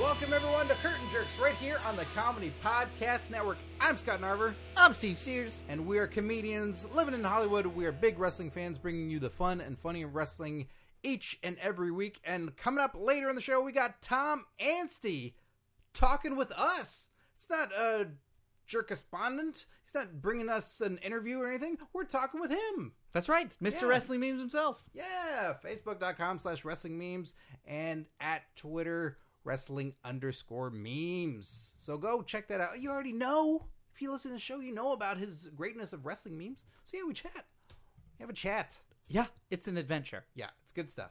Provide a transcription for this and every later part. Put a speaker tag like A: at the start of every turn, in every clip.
A: Welcome, everyone, to Curtain Jerks right here on the Comedy Podcast Network. I'm Scott Narver,
B: I'm Steve Sears.
A: and we are comedians living in Hollywood. We are big wrestling fans bringing you the fun and funny of wrestling each and every week. And coming up later in the show, we got Tom Anstey talking with us. It's not a jerkespondent, he's not bringing us an interview or anything. We're talking with him.
B: That's right, Mr.
A: Yeah.
B: Wrestling Memes himself.
A: Yeah, facebook.com slash wrestling memes and at Twitter wrestling underscore memes. So go check that out. You already know. If you listen to the show, you know about his greatness of wrestling memes. So yeah, we chat. We have a chat.
B: Yeah, it's an adventure.
A: Yeah, it's good stuff.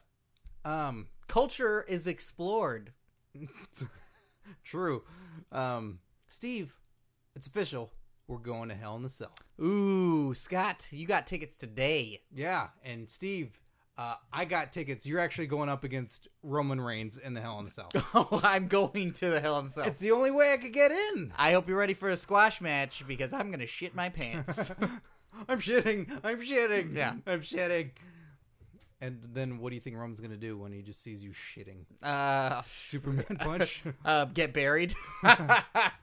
A: Um
B: Culture is explored.
A: true. Um Steve, it's official. We're going to hell in a cell.
B: Ooh, Scott, you got tickets today.
A: Yeah, and Steve, uh, I got tickets. You're actually going up against Roman Reigns in the Hell in a Cell.
B: Oh, I'm going to the Hell in a Cell.
A: it's the only way I could get in.
B: I hope you're ready for a squash match because I'm gonna shit my pants.
A: I'm shitting. I'm shitting.
B: Yeah.
A: I'm shitting. And then what do you think Roman's going to do when he just sees you shitting?
B: uh,
A: Superman punch?
B: uh, get buried.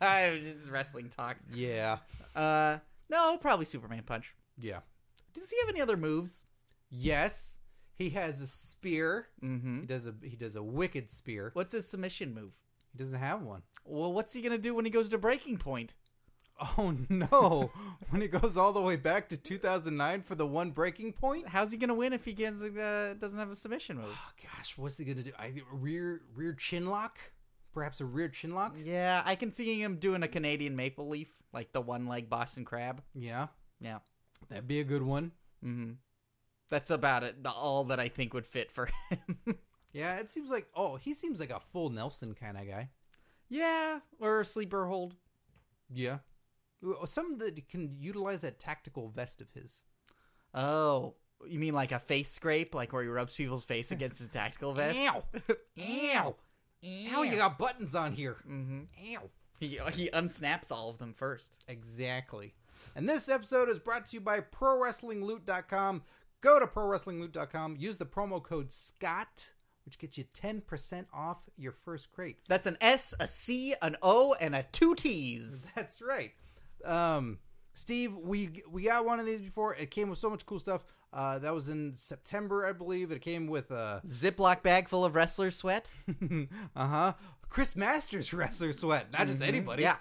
B: this is wrestling talk.
A: yeah.
B: Uh, no, probably Superman punch.
A: Yeah.
B: Does he have any other moves?
A: Yes. He has a spear.
B: Mm-hmm.
A: He does a he does a wicked spear.
B: What's his submission move?
A: He doesn't have one.
B: Well, what's he gonna do when he goes to breaking point?
A: Oh no. when it goes all the way back to 2009 for the one breaking point?
B: How's he gonna win if he gets, uh, doesn't have a submission move?
A: Oh gosh, what's he going to do? I rear rear chin lock? Perhaps a rear chin lock?
B: Yeah, I can see him doing a Canadian maple leaf, like the one leg Boston crab.
A: Yeah.
B: Yeah.
A: That'd be a good one.
B: Mm-hmm. That's about it. The, all that I think would fit for him.
A: Yeah, it seems like oh, he seems like a full Nelson kind of guy.
B: yeah, or a sleeper hold.
A: Yeah. Well, Some that can utilize that tactical vest of his.
B: Oh, you mean like a face scrape, like where he rubs people's face against his tactical vest?
A: Ow! Ow! Ow, you got buttons on here.
B: Mm-hmm.
A: Ow.
B: He he unsnaps all of them first.
A: Exactly. And this episode is brought to you by ProWrestlingLoot.com. Go to ProWrestlingLoot.com, use the promo code SCOTT, which gets you 10% off your first crate.
B: That's an S, a C, an O, and a two T's.
A: That's right. Um, Steve, we we got one of these before. It came with so much cool stuff. Uh, that was in September, I believe. It came with uh,
B: Ziploc bag full of wrestler sweat.
A: uh huh. Chris Masters wrestler sweat, not just anybody.
B: Mm-hmm.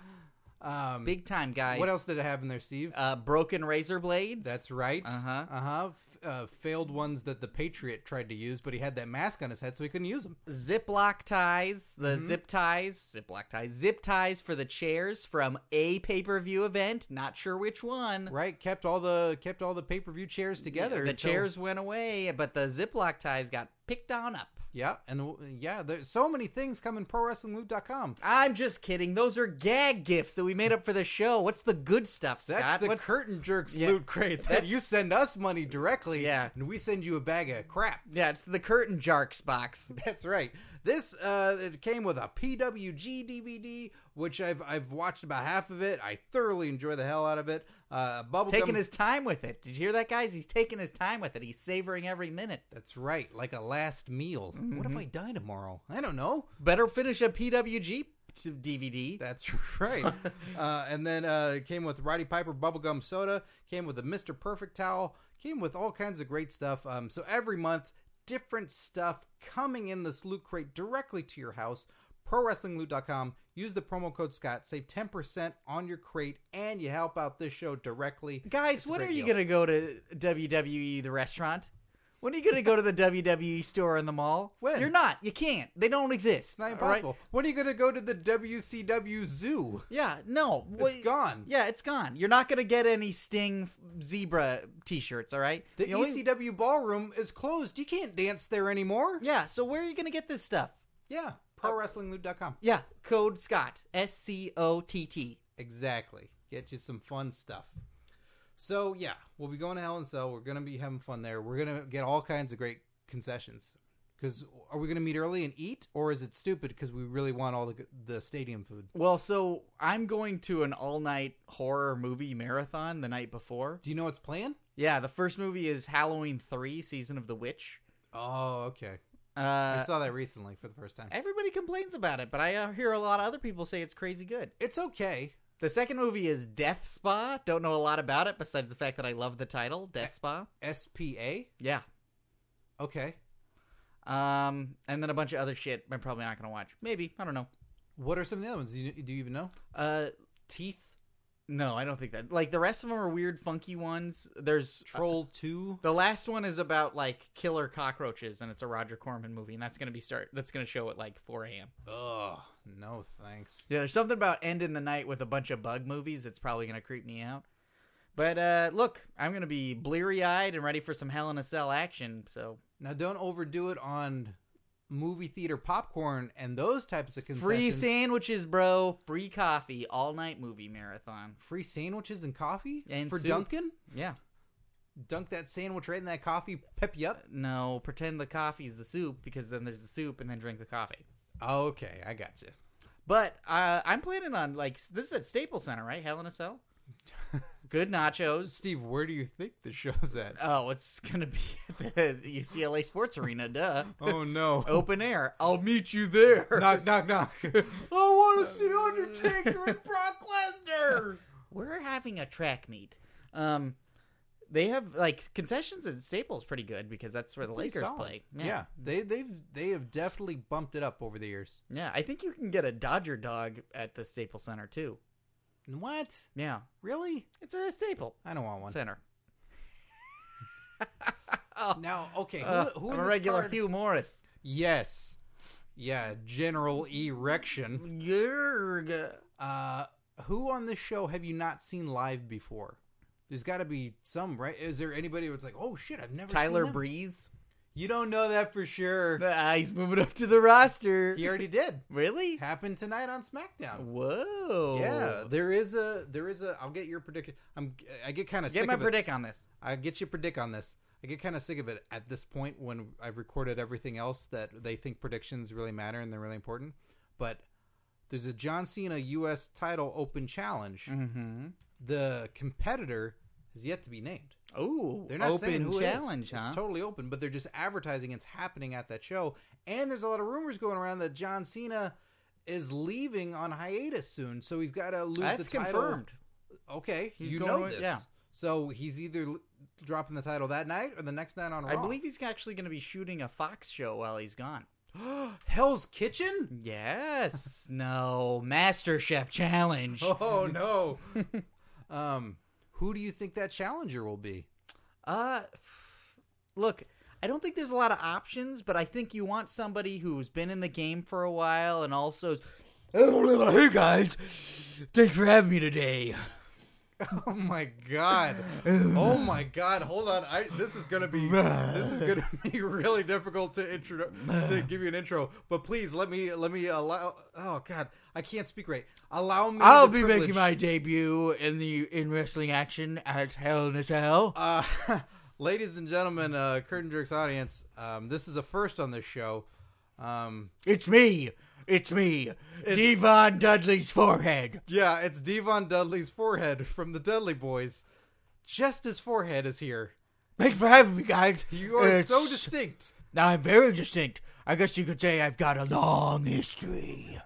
B: Yeah,
A: Um,
B: big time guys.
A: what else did it have in there, Steve?
B: Uh, broken razor blades.
A: That's right.
B: Uh-huh.
A: Uh-huh. F- uh Failed ones that the Patriot tried to use, but he had that mask on his head, so he couldn't use them.
B: Ziploc ties, the
A: Mm-hmm.
B: zip ties, Ziploc ties, zip ties for the chairs from a pay per view event. Not sure which one.
A: Right? Kept all the kept all the pay per view chairs together.
B: The
A: until-
B: chairs went away, but the Ziploc ties got picked on up.
A: Yeah, and w- yeah, there's so many things coming. ProWrestlingLoot.com.
B: I'm just kidding. Those are gag gifts that we made up for the show. What's the good stuff,
A: That's
B: Scott?
A: the
B: What's
A: curtain jerks
B: Yeah.
A: loot crate that
B: That's-
A: you send us money directly,
B: Yeah.
A: and we send you a bag of crap.
B: yeah, it's the curtain jarks box.
A: That's right. This uh, it came with a PWG DVD, which I've I've watched about half of it. I thoroughly enjoy the hell out of it. Uh, bubblegum.
B: Taking his time with it. Did you hear that, guys? He's taking his time with it. He's savoring every minute.
A: That's right, like a last meal. What
B: Mm-hmm.
A: if I die tomorrow? I don't know.
B: Better finish a PWG DVD.
A: That's right. uh, and then uh, it came with Roddy Piper bubblegum soda, came with a Mr. Perfect towel, came with all kinds of great stuff. Um, so every month, different stuff coming in this loot crate directly to your house. ProWrestlingLoot.com. Use the promo code Scott. Save 10% on your crate, and you help out this show directly.
B: Guys,
A: It's a
B: when
A: great
B: are you
A: deal.
B: going to go to WWE the restaurant? When are you going to go to the WWE store in the mall?
A: When?
B: You're not. You can't. They don't exist.
A: It's not
B: all right?
A: impossible. When are you going to go to the WCW Zoo?
B: Yeah, no.
A: It's
B: Wait-
A: gone.
B: Yeah, it's gone. You're not going to get any Sting f- zebra t-shirts, all right?
A: The, E
B: only-
A: ECW ballroom is closed. You can't dance there anymore.
B: Yeah, so where are you going to get this stuff?
A: Yeah. ProWrestlingLoot.com.
B: Yeah, code Scott. S C O T T.
A: Exactly. Get you some fun stuff. So, yeah, we'll be going to Hell and Cell. We're going to be having fun there. We're going to get all kinds of great concessions. Because are we going to meet early and eat? Or is it stupid because we really want all the, g- the stadium food?
B: Well, so I'm going to an all-night horror movie marathon the night before.
A: Do you know what's playing?
B: Yeah, the first movie is Halloween 3: Season of the Witch.
A: Oh, okay. I
B: Uh,
A: saw that recently for the first time.
B: everybody complains about it, but I uh, hear a lot of other people say it's crazy good.
A: It's okay.
B: The second movie is Death Spa. Don't know a lot about it besides the fact that I love the title, Death Spa.
A: SPA.
B: Yeah.
A: Okay.
B: Um, and then a bunch of other shit I'm probably not going to watch. Maybe. I don't know.
A: What are some of the other ones? Do you, do you even know?
B: Uh,
A: Teeth.
B: no, I don't think that. Like, the rest of them are weird, funky ones. There's. uh,
A: Troll Two.
B: the last one is about like killer cockroaches, and it's a Roger Corman movie, and that's gonna be start. That's gonna show at like 4 a.m.
A: Ugh. No thanks.
B: Yeah, there's something about ending the night with a bunch of bug movies that's probably gonna creep me out. But uh, look, I'm gonna be bleary eyed and ready for some Hell in a Cell action. So
A: Now don't overdo it on movie theater popcorn and those types of concessions.
B: free sandwiches, bro, free coffee, all night movie marathon.
A: Free sandwiches and coffee
B: And
A: for
B: soup.
A: Dunkin'?
B: Yeah,
A: Dunk that sandwich right in that coffee. Pep you up.
B: no, pretend the coffee's the soup because then there's the soup and then drink the coffee.
A: Okay, I got you.
B: But uh, I'm planning on like s- this is at Staples Center, right? Hell in a Cell. Good nachos.
A: Steve, where do you think the show's at?
B: Oh, it's gonna be at the UCLA Sports Arena. Duh.
A: Oh no.
B: Open air. I'll meet you there.
A: knock, knock, knock. I want to see Undertaker and Brock Lesnar.
B: We're having a track meet. Um, they have like concessions at Staples pretty good because that's where the Lakers
A: Solid.
B: play.
A: Yeah. they they've they have definitely bumped it up over the years.
B: yeah. I think you can get a Dodger dog at the Staples Center too.
A: What?
B: Yeah,
A: Really?
B: it's a Staple
A: I don't want one.
B: Center.
A: Now, okay, who,
B: Uh,
A: who
B: I'm
A: in
B: a
A: this
B: regular
A: card-
B: Hugh Morris.
A: Yes. Yeah, general erection.
B: Yerg.
A: Uh who on this show have you not seen live before? There's got to be some, right? Is there anybody that's like, "Oh shit, I've never
B: Tyler
A: seen them?
B: Breeze.
A: You don't know that for sure.
B: Ah, he's moving up to the roster.
A: He already did.
B: Really?
A: Happened tonight on SmackDown.
B: Whoa.
A: Yeah, there is a there is a. I'll get your prediction. I'm I get kind of
B: Get
A: sick
B: my
A: of it.
B: predict on this.
A: I get your predict on this. I get kind of sick of it at this point when I've recorded everything else that they think predictions really matter and they're really important. But there's a John Cena U.S. title open challenge.
B: Mm-hmm.
A: The competitor has yet to be named.
B: Oh,
A: They're not
B: open
A: saying who it is.
B: challenge, huh?
A: It's totally open, but they're just advertising it's happening at that show. And there's a lot of rumors going around that John Cena is leaving on hiatus soon, so he's got to lose
B: That's
A: the title
B: confirmed.
A: okay,
B: He's
A: you
B: going
A: know
B: with-
A: this.
B: yeah.
A: So he's either l- dropping the title that night or the next night on
B: I
A: Raw.
B: believe he's actually going to be shooting a Fox show while he's gone.
A: Hell's Kitchen.
B: Yes. no. Master Chef challenge.
A: Oh no. um, who do you think that challenger will be?
B: Uh, look, I don't think there's a lot of options, but I think you want somebody who's been in the game for a while and also. is, "Oh, Hey guys, thanks for having me today.
A: Oh my god. Oh my god. Hold on. I this is gonna be this is gonna be really difficult to intro to give you an intro. But please let me let me allow. Oh god, I can't speak right. Allow me.
B: I'll
A: the
B: be
A: privilege.
B: making my debut in the in wrestling action at Hell in a Cell.
A: Uh, ladies and gentlemen, uh, Curtain Jerks audience, um, this is a first on this show. Um,
B: It's me. It's me. Devon Dudley's forehead.
A: yeah, it's Devon Dudley's forehead from the Dudley Boys. Just his forehead is here.
B: Thanks for having me, guys.
A: You are so
B: It's-
A: distinct.
B: Now I'm very distinct. I guess you could say I've got a long history.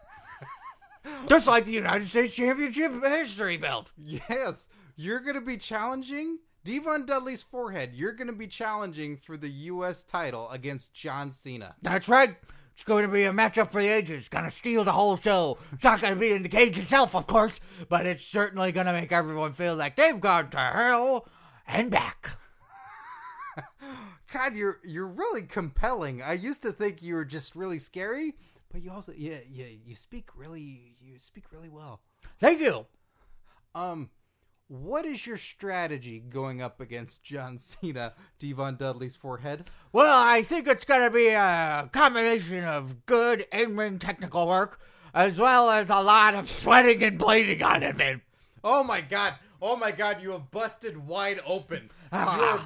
B: Just like the United States Championship history belt.
A: Yes, you're going to be challenging Devon Dudley's forehead. You're going to be challenging for the U.S. title against John Cena.
B: That's right. It's going to be a matchup for the ages. Going to steal the whole show. It's not going to be in the cage itself, of course, but it's certainly going to make everyone feel like they've gone to hell and back.
A: God, you're you're really compelling. I used to think you were just really scary, but you also yeah yeah you speak really you speak really well.
B: Thank you.
A: Um, what is your strategy going up against John Cena, Devon Dudley's forehead?
B: Well, I think it's going to be a combination of good in ring technical work as well as a lot of sweating and bleeding on it, man.
A: Oh my god! Oh my god! You have busted wide open. You are,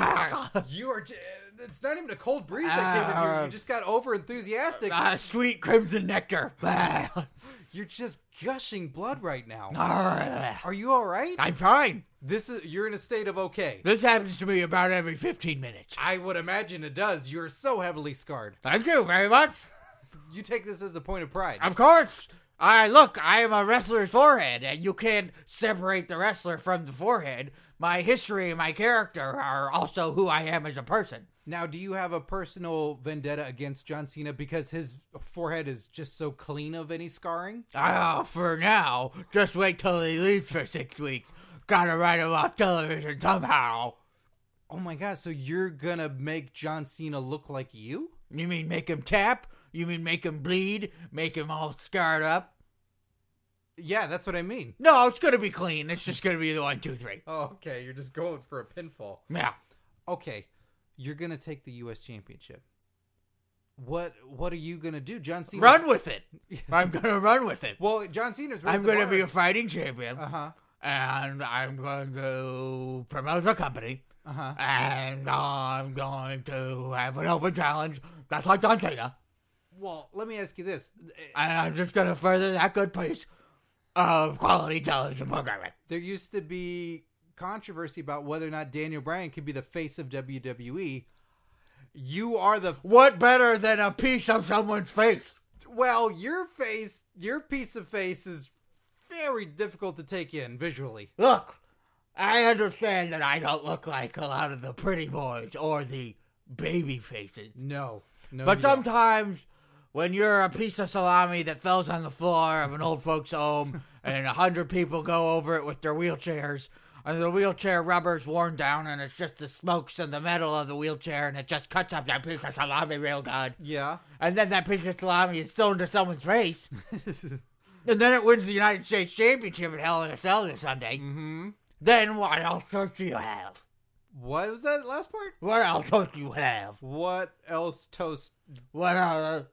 B: Ah,
A: you are. j- It's not even a cold breeze that came in. You, you just got over enthusiastic.
B: ah, sweet crimson nectar. Ah.
A: You're just gushing blood right now.
B: Arrgh.
A: Are you all right?
B: I'm fine.
A: This is you're in a state of okay.
B: Ah. This happens to me about every 15 minutes.
A: I would imagine it does. You're so heavily scarred.
B: Thank you very much.
A: You take this as a point of pride.
B: Of course. I look, I am a wrestler's forehead, and you can't separate the wrestler from the forehead. My history and my character are also who I am as a person.
A: now, do you have a personal vendetta against John Cena because his forehead is just so clean of any scarring?
B: Ah, for now, just wait till he leaves for six weeks. Gotta write him off television somehow.
A: Oh my god, so you're gonna make John Cena look like you?
B: You mean make him tap? You mean make him bleed? Make him all scarred up?
A: Yeah, that's what I mean.
B: No, it's gonna be clean. It's just gonna be the one, two, three.
A: Oh, okay, you're just going for a pinfall.
B: Yeah.
A: Okay, you're gonna take the US championship. What what are you gonna do? John Cena
B: Run with it. I'm gonna run with it.
A: Well, John Cena's raised
B: I'm
A: the
B: gonna
A: bar.
B: be a fighting champion.
A: Uh-huh.
B: and I'm going to promote the company,
A: Uh-huh.
B: and I'm going to have an open challenge, just like John Cena.
A: Well, let me ask you this.
B: And I'm just going to further that good piece of quality television programming.
A: There used to be controversy about whether or not Daniel Bryan could be the face of WWE. You are the
B: What better than a piece of someone's face?
A: well, your face, your piece of face is very difficult to take in visually.
B: Look, I understand that I don't look like a lot of the pretty boys or the baby faces.
A: No, no.
B: But
A: you don't.
B: sometimes when you're a piece of salami that falls on the floor of an old folks' home and a hundred people go over it with their wheelchairs and the wheelchair rubber's worn down and it's just the smokes and the metal of the wheelchair and it just cuts up that piece of salami real good.
A: yeah.
B: And then that piece of salami is thrown to someone's face. and then it wins the United States Championship at Hell in a Cell this Sunday. Mm-hmm. Then what else don't you have?
A: What was that last part?
B: What else don't you have?
A: What else toast?
B: What else?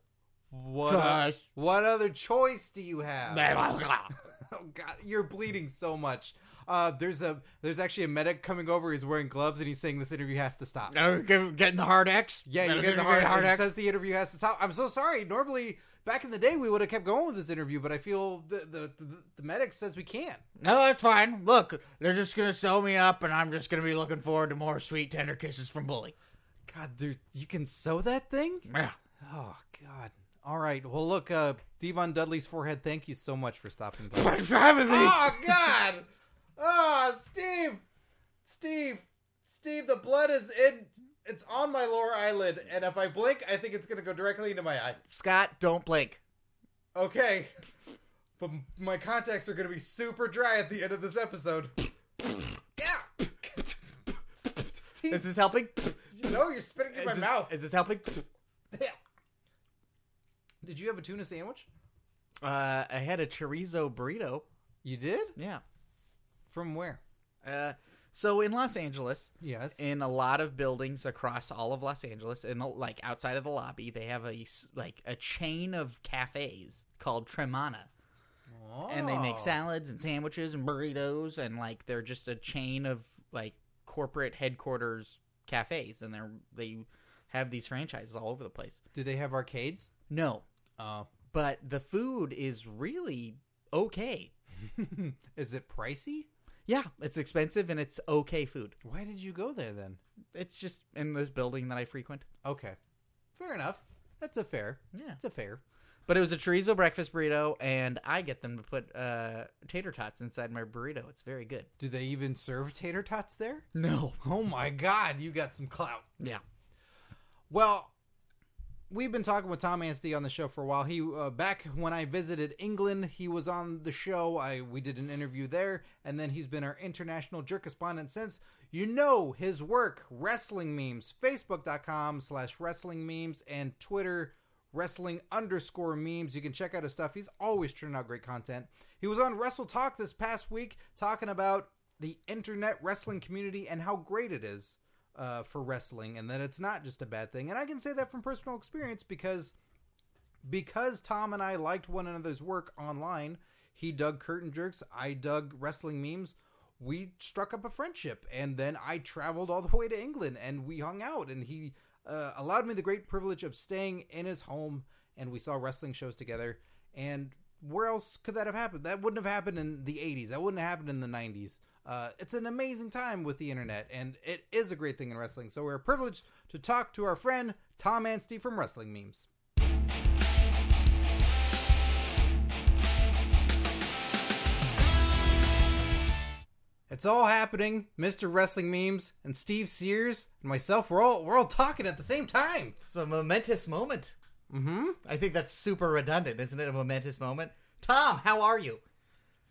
A: What? o-
B: Choice.
A: what other choice do you have? Oh God, you're bleeding so much. Uh, there's a there's actually a medic coming over. He's wearing gloves and he's saying this interview has to stop.
B: Now we're getting getting the hard X.
A: Yeah,
B: Now
A: you
B: we're
A: get the
B: getting
A: hard,
B: hard
A: It says the interview has to stop. I'm so sorry. Normally, back in the day, we would have kept going with this interview, but I feel the the, the, the medic says we can't.
B: No, that's fine. Look, they're just gonna sew me up, and I'm just gonna be looking forward to more sweet tender kisses from Bully.
A: God, dude, you can sew that thing?
B: Yeah.
A: Oh God. All right. Well, look, uh, Devon Dudley's forehead. Thank you so much for stopping by.
B: Thanks for having me.
A: oh God. Oh, Steve. Steve. Steve. The blood is in. It's on my lower eyelid, and if I blink, I think it's gonna go directly into my eye.
B: Scott, don't blink.
A: Okay. But m- my contacts are going to be super dry at the end of this episode. yeah.
B: Is
A: Steve,
B: this helping?
A: no, you're spitting in
B: Is
A: my
B: this-
A: mouth.
B: Is this helping?
A: Yeah. Did you have a tuna sandwich?
B: Uh, I had a chorizo burrito.
A: You did?
B: Yeah.
A: From where?
B: Uh, so in Los Angeles,
A: Yes.
B: in a lot of buildings across all of Los Angeles, and like outside of the lobby, they have a s- like a chain of cafes called Tremana. and they
A: Oh.
B: make salads and sandwiches and burritos and like they're just a chain of like corporate headquarters cafes and they're they have these franchises all over the place
A: Do they have arcades?
B: no
A: Oh.
B: but the food is really okay
A: is it pricey?
B: yeah it's expensive and it's okay food
A: Why did you go there then?
B: it's just in this building that i frequent
A: Okay. Fair enough. That's a fair.
B: Yeah.
A: That's a fair.
B: but it was a chorizo breakfast burrito and i get them to put uh tater tots inside my burrito it's very good
A: Do they even serve tater tots there?
B: no
A: Oh my god, you got some clout.
B: yeah
A: Well, we've been talking with Tom Anstey on the show for a while. He uh, back when I visited England, he was on the show. I we did an interview there, and then he's been our international jerk correspondent since. You know his work, wrestling memes, facebook.com slash wrestling memes, and Twitter wrestling underscore memes. You can check out his stuff. He's always churning out great content. He was on Wrestle Talk this past week talking about the internet wrestling community and how great it is uh, for wrestling and that it's not just a bad thing. And I can say that from personal experience because because Tom and I liked one another's work online, he dug curtain jerks, I dug wrestling memes. We struck up a friendship, and then I traveled all the way to England, and we hung out. And he uh, allowed me the great privilege of staying in his home, and we saw wrestling shows together. And where else could that have happened? That wouldn't have happened in the 80s. That wouldn't have happened in the 90s. Uh, it's an amazing time with the internet, and it is a great thing in wrestling. So we're privileged to talk to our friend Tom Anstey from Wrestling Memes. It's all happening, Mr. Wrestling Memes and Steve Sears and myself. We're all we're all talking at the same time.
B: It's a momentous moment.
A: Mm-hmm.
B: I think that's super redundant, isn't it? A momentous moment. Tom, how are you?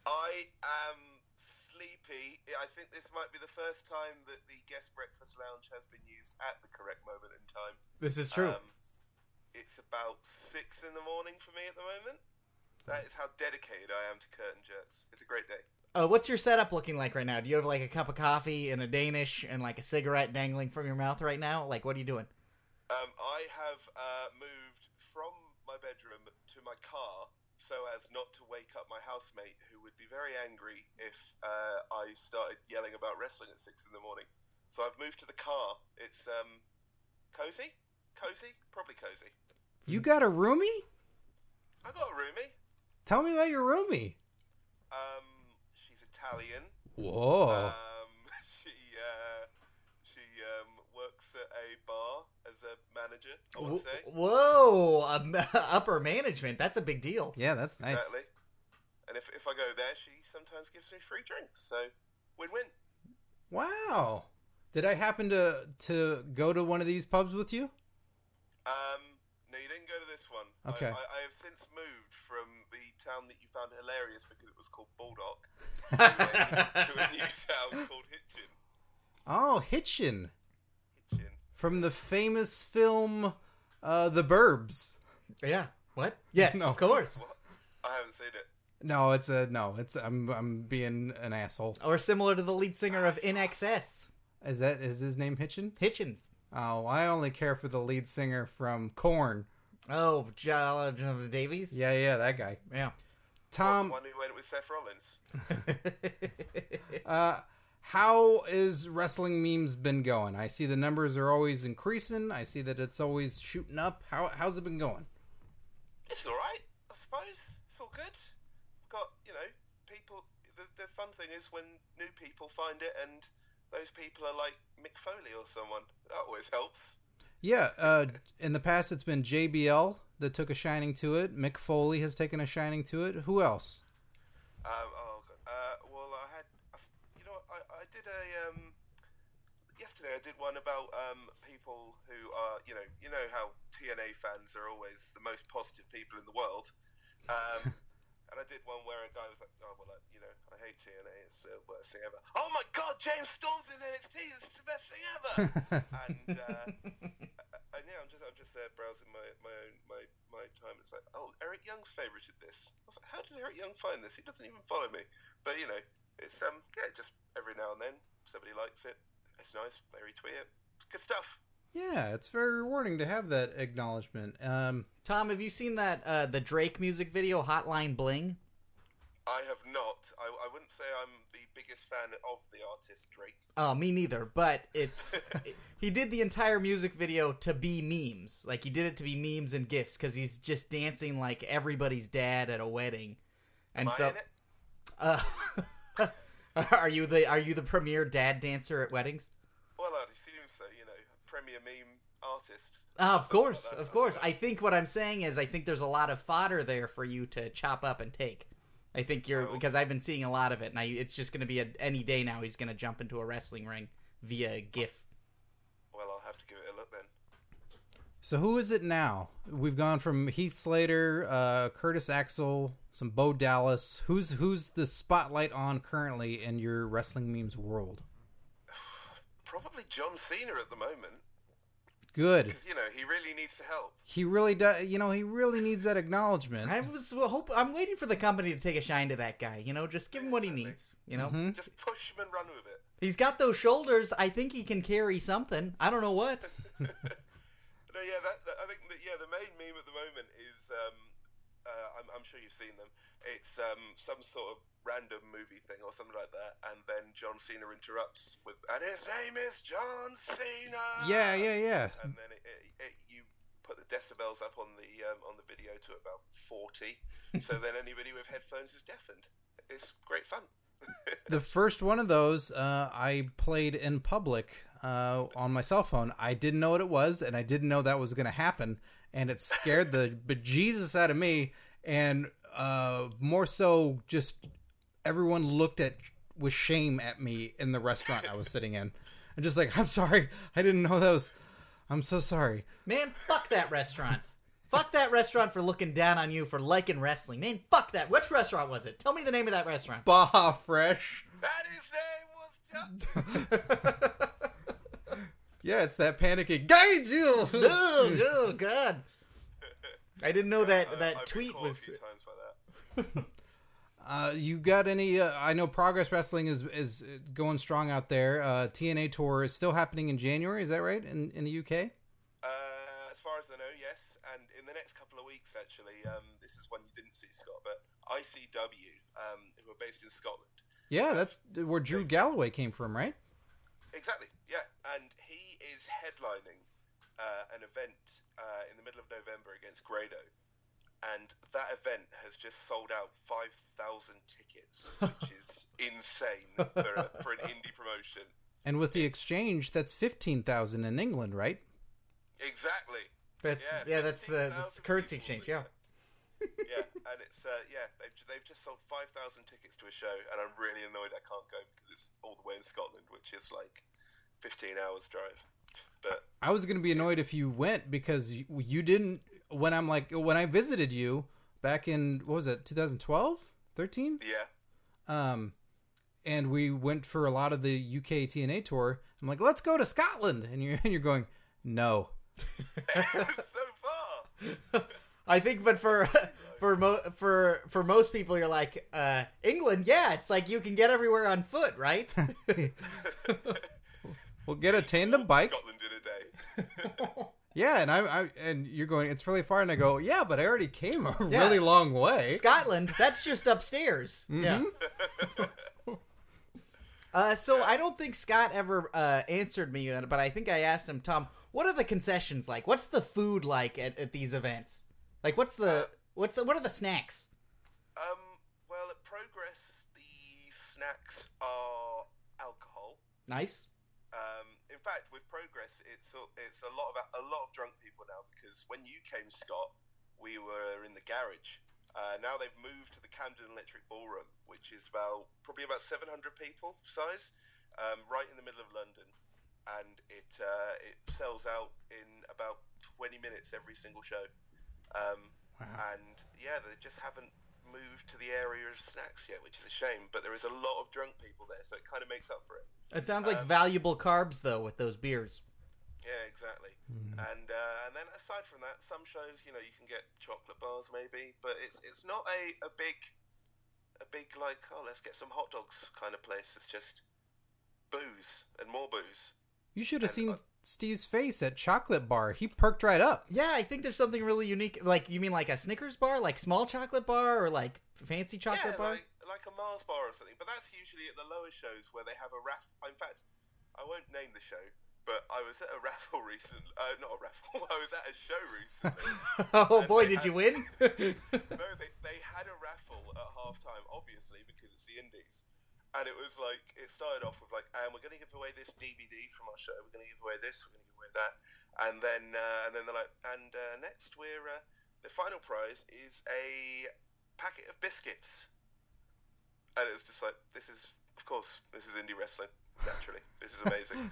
C: I am sleepy. I think this might be the first time that the guest breakfast lounge has been used at the correct moment in time.
B: This is true.
C: Um, it's about six in the morning for me at the moment. That is how dedicated I am to curtain jerks. It's a great day.
B: uh, what's your setup looking like right now? Do you have like a cup of coffee and a Danish and like a cigarette dangling from your mouth right now? Like, what are you doing?
C: Um, I have uh, moved from my bedroom to my car so as not to wake up my housemate, who would be very angry if uh, I started yelling about wrestling at six in the morning. So I've moved to the car. It's um, cozy, cozy, probably cozy.
A: You got a roomie?
C: I got a roomie.
A: Tell me about your roomie.
C: Um, she's Italian.
A: Whoa.
C: Um, she uh, she um, works at a bar as a manager. I would say.
B: Wh- Whoa, um, upper management. That's a big deal.
A: yeah, that's nice.
C: Exactly. And if, if I go there, she sometimes gives me free drinks. So win win.
A: Wow. Did I happen to to go to one of these pubs with you?
C: Um, no, you didn't go to this one. I-
A: Okay.
C: I, I, have since moved from the town that you found hilarious because it was called Baldock to a new town called Hitchin.
A: Oh, Hitchin
C: Hitchin.
A: from the famous film uh The Burbs.
B: yeah. What? Yes,
A: No.
B: of course.
C: I haven't seen it.
A: No, it's a no, it's I'm I'm being an asshole.
B: Or similar to the lead singer of NXS,
A: Is that is his name Hitchin?
B: Hitchens.
A: Oh, I only care for the lead singer from Korn.
B: Oh, John Jonathan Davies.
A: Yeah, yeah, that guy.
B: Yeah.
A: Tom,
C: the one who went with Seth Rollins.
A: Uh, how is wrestling memes been going? I see the numbers are always increasing. I see that it's always shooting up. How how's it been going?
C: It's all right, I suppose. It's all good. We've got you know people. The, the fun thing is when new people find it and those people are like Mick Foley or someone. That always helps.
A: Yeah, uh, in the past it's been JBL that took a shining to it. Mick Foley has taken a shining to it. Who else?
C: Um, oh god. Uh, well, I had. I s- You know, I, I did a um. Yesterday, I did one about um people who are you know you know how TNA fans are always the most positive people in the world. Um, and I did one where a guy was like, "Oh well, I, you know, I hate TNA. It's the worst thing ever." Oh my god, James Storm's in NXT. This is the best thing ever. and uh, and yeah, I'm just I'm just uh, browsing my my own my my time. It's like, oh, Eric Young's favorited this. I was like, how did Eric Young find this? He doesn't even follow me. But you know, it's um yeah, just every now and then somebody likes it. It's nice. They retweet it. It's good stuff.
A: Yeah, it's very rewarding to have that acknowledgement. Um,
B: Tom, have you seen that uh, the Drake music video, Hotline Bling?
C: I have not. I, I wouldn't say I'm the biggest fan of the artist Drake.
B: Oh, me neither. But it's he did the entire music video to be memes. Like he did it to be memes and gifs because he's just dancing like everybody's dad at a wedding. And
C: Am
B: so,
C: I in it?
B: uh, are you the are you the premier dad dancer at weddings?
C: Well, I'd assume so. You know, premier meme artist.
B: Uh, of
C: Something like
B: course,
C: that.
B: of course. I think what I'm saying is I think there's a lot of fodder there for you to chop up and take. I think you're
C: Oh.
B: because I've been seeing a lot of it, and I, it's just going to be a, any day now. He's going to jump into a wrestling ring via GIF.
C: Well, I'll have to give it a look then.
A: so who is it now? We've gone from Heath Slater, uh, Curtis Axel, some Bo Dallas. Who's who's the spotlight on currently in your wrestling memes world?
C: Probably John Cena at the moment
A: Good.
C: because you know he really needs to help.
A: He really does. You know, he really needs that acknowledgement.
B: I was hope I'm waiting for the company to take a shine to that guy. You know, just give him what he needs. You know,
C: Just push him and run with it.
B: he's got those shoulders. I think he can carry something. I don't know what.
C: No, uh, yeah, that, that I think that yeah, the main meme at the moment is um, uh, I'm, I'm sure you've seen them. It's um, some sort of random movie thing or something like that, and then John Cena interrupts with, and his name is John Cena.
A: Yeah, yeah, yeah.
C: And then it, it, it, you put the decibels up on the um, on the video to about forty, so then anybody with headphones is deafened. It's great fun.
A: The first one of those uh, I played in public uh, on my cell phone. I didn't know what it was, and I didn't know that was going to happen, and it scared the bejesus out of me, and uh, more so, just everyone looked at with shame at me in the restaurant I was sitting in, and just like, "I'm sorry, I didn't know that was. I'm so sorry."
B: Man, fuck that restaurant. fuck that restaurant for looking down on you for liking wrestling. Man, fuck that. Which restaurant was it? Tell me the name of that restaurant.
A: Baja Fresh.
C: That his name was just.
A: Yeah, it's that panicky Gaiju.
B: Ugh, ugh, Oh, God. I didn't know that
C: I-
B: that
C: Uh, I've been
B: tweet
C: caught
B: was.
C: A few times by that.
A: Uh, you got any? Uh, I know Progress Wrestling is is going strong out there. Uh, TNA tour is still happening in January. Is that right? In in the UK?
C: Uh, as far as I know, yes. And in the next couple of weeks, actually, um, this is one you didn't see, Scott, but ICW, um, who are based in Scotland.
A: Yeah, that's where Drew Galloway came from, right?
C: Exactly, yeah. And he is headlining uh, an event uh, in the middle of November against Grado. And that event has just sold out 5,000 tickets, which is insane for, a, for an indie promotion.
A: And with the exchange, that's fifteen thousand in England, right?
C: Exactly.
B: That's yeah,
C: Yeah,
B: that's the that's the
C: 15,000
B: currency
C: people
B: exchange.
C: were
B: Yeah.
C: there. yeah, and it's uh, yeah they've they've just sold five thousand tickets to a show, and I'm really annoyed I can't go because it's all the way in Scotland, which is like fifteen hours drive. But
A: I was gonna be annoyed if you went because you, you didn't. When I'm like when I visited you back in what was it 2012, 13?
C: yeah,
A: um, and we went for a lot of the UK TNA tour. I'm like, let's go to Scotland, and you're and you're going, no,
C: so far.
B: I think, but for for mo- for for most people, you're like uh, England. Yeah, it's like you can get everywhere on foot, right?
A: we'll get a tandem bike.
C: Scotland in a day.
A: Yeah, and I'm, I and you're going, it's really far, and I go, yeah, but I already came a
B: Yeah.
A: really long way.
B: Scotland. That's just upstairs. Yeah. Uh, so I don't think Scott ever uh, answered me, uh, but I think I asked him, Tom, what are the concessions like? What's the food like at, at these events? Like, what's
C: Uh,
B: the what's the, what are the snacks?
C: Um, well, at Progress, the snacks are alcohol.
B: Nice.
C: Um, in fact, with progress, it's a, it's a lot of a lot of drunk people now because when you came, Scott, we were in the garage. Uh, now they've moved to the Camden Electric Ballroom, which is about probably about 700 people size, um, right in the middle of London, and it uh, it sells out in about 20 minutes every single show. Um, And yeah, they just haven't moved to the area of snacks yet, which is a shame. But there is a lot of drunk people there, so it kind of makes up for it.
B: It sounds like valuable carbs though with those beers.
C: Yeah, exactly.
B: Hmm.
C: And uh, and then aside from that, some shows you know you can get chocolate bars maybe, but it's it's not a, a big a big like oh let's get some hot dogs kind of place. It's just booze and more booze.
A: You should have seen
C: And, uh,
A: Steve's face at Chocolate Bar. He perked right up.
B: Yeah, I think there's something really unique. Like, you mean like a Snickers bar, like small chocolate bar, or like fancy chocolate
C: yeah,
B: bar?
C: like like a Mars bar or something. But that's usually at the lower shows where they have a raffle. In fact, I won't name the show, but I was at a raffle recently. Uh, not a raffle. I was at a show recently.
B: oh
C: I
B: boy, did
C: think I-
B: you win?
C: no, they, they had a raffle at halftime, obviously, because it's the Indies. And it was like, it started off with like, and we're going to give away this DVD from our show, we're going to give away this, we're going to give away that. And then, uh, and then they're like, and uh, next we're, uh, the final prize is a packet of biscuits. And it was just like, this is, of course, this is indie wrestling, naturally. This is amazing.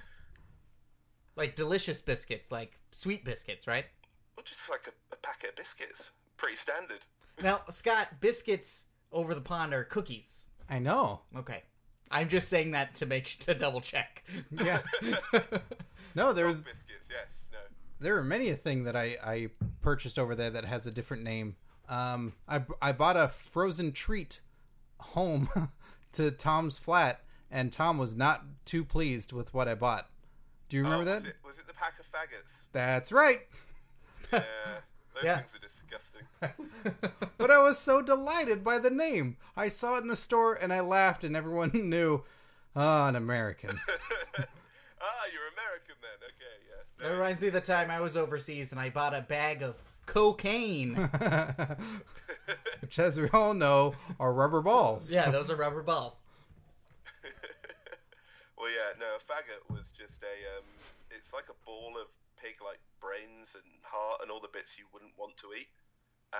B: like delicious biscuits, like sweet biscuits, right?
C: well, just like a, a packet of biscuits. Pretty standard.
B: Now, Scott, biscuits over the pond are cookies.
A: I know.
B: Okay. I'm just saying that to make to double check.
A: Yeah. no, there was
C: Biscuits, yes, no.
A: there are many a thing that I, I purchased over there that has a different name. Um, I, I bought a frozen treat home to Tom's flat, and Tom was not too pleased with what I bought. Do you remember
C: Oh,
A: that?
C: Was it, was it the pack of faggots?
A: That's right.
C: Yeah, those
B: Yeah.
C: things are disgusting.
A: But I was so delighted by the name. I saw it in the store and I laughed, and everyone knew, ah, an American.
C: ah, you're American then. Okay, yeah.
B: That reminds me of the time I was overseas and I bought a bag of cocaine.
A: Which, as we all know, are rubber balls.
B: yeah, those are rubber balls.
C: well, yeah, no, a faggot was just a. Um, it's like a ball of pig like brains and heart and all the bits you wouldn't want to eat.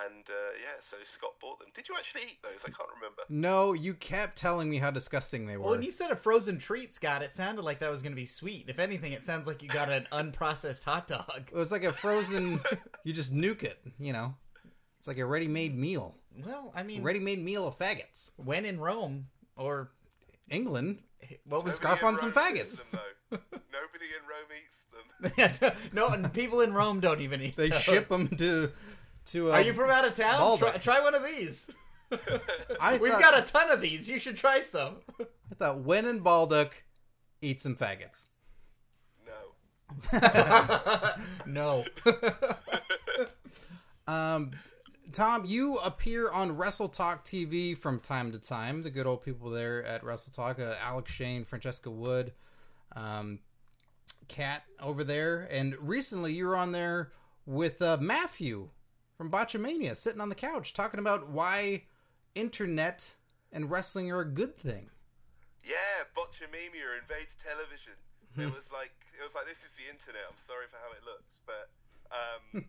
C: And uh, yeah, so Scott bought them. Did you actually eat those? I can't remember.
A: No, you kept telling me how disgusting they were.
B: Well, when you said a frozen treat, Scott, it sounded like that was going to be sweet. If anything, it sounds like you got an unprocessed hot dog.
A: It was like a frozen. you just nuke it. You know, it's like a ready-made meal.
B: Well, I mean,
A: Ready-made meal of faggots.
B: when in Rome, or
A: England.
B: what was
A: Scarf
C: Nobody in
A: on some
C: Rome eats
A: faggots.
C: Them, though. Nobody in Rome eats them.
B: no, and people in Rome don't even eat.
A: They
B: those.
A: ship them to. To uh,
B: Are you from out of town?
A: Baldur.
B: Try, try one of these.
A: I
B: We've
A: thought,
B: got a ton of these. You should try some.
A: I thought when in Baldock, eat some faggots.
C: No.
B: No.
A: Um, Tom, you appear on Wrestle Talk TV from time to time. The good old people there at Wrestle Talk, uh, Alex Shane, Francesca Wood, um, Kat over there, and recently you were on there with uh, Matthew from Botchamania, sitting on the couch talking about why internet and wrestling are a good thing.
C: Yeah, botchamemia invades television. It was like it was like this is the internet. I'm sorry for how it looks, but um,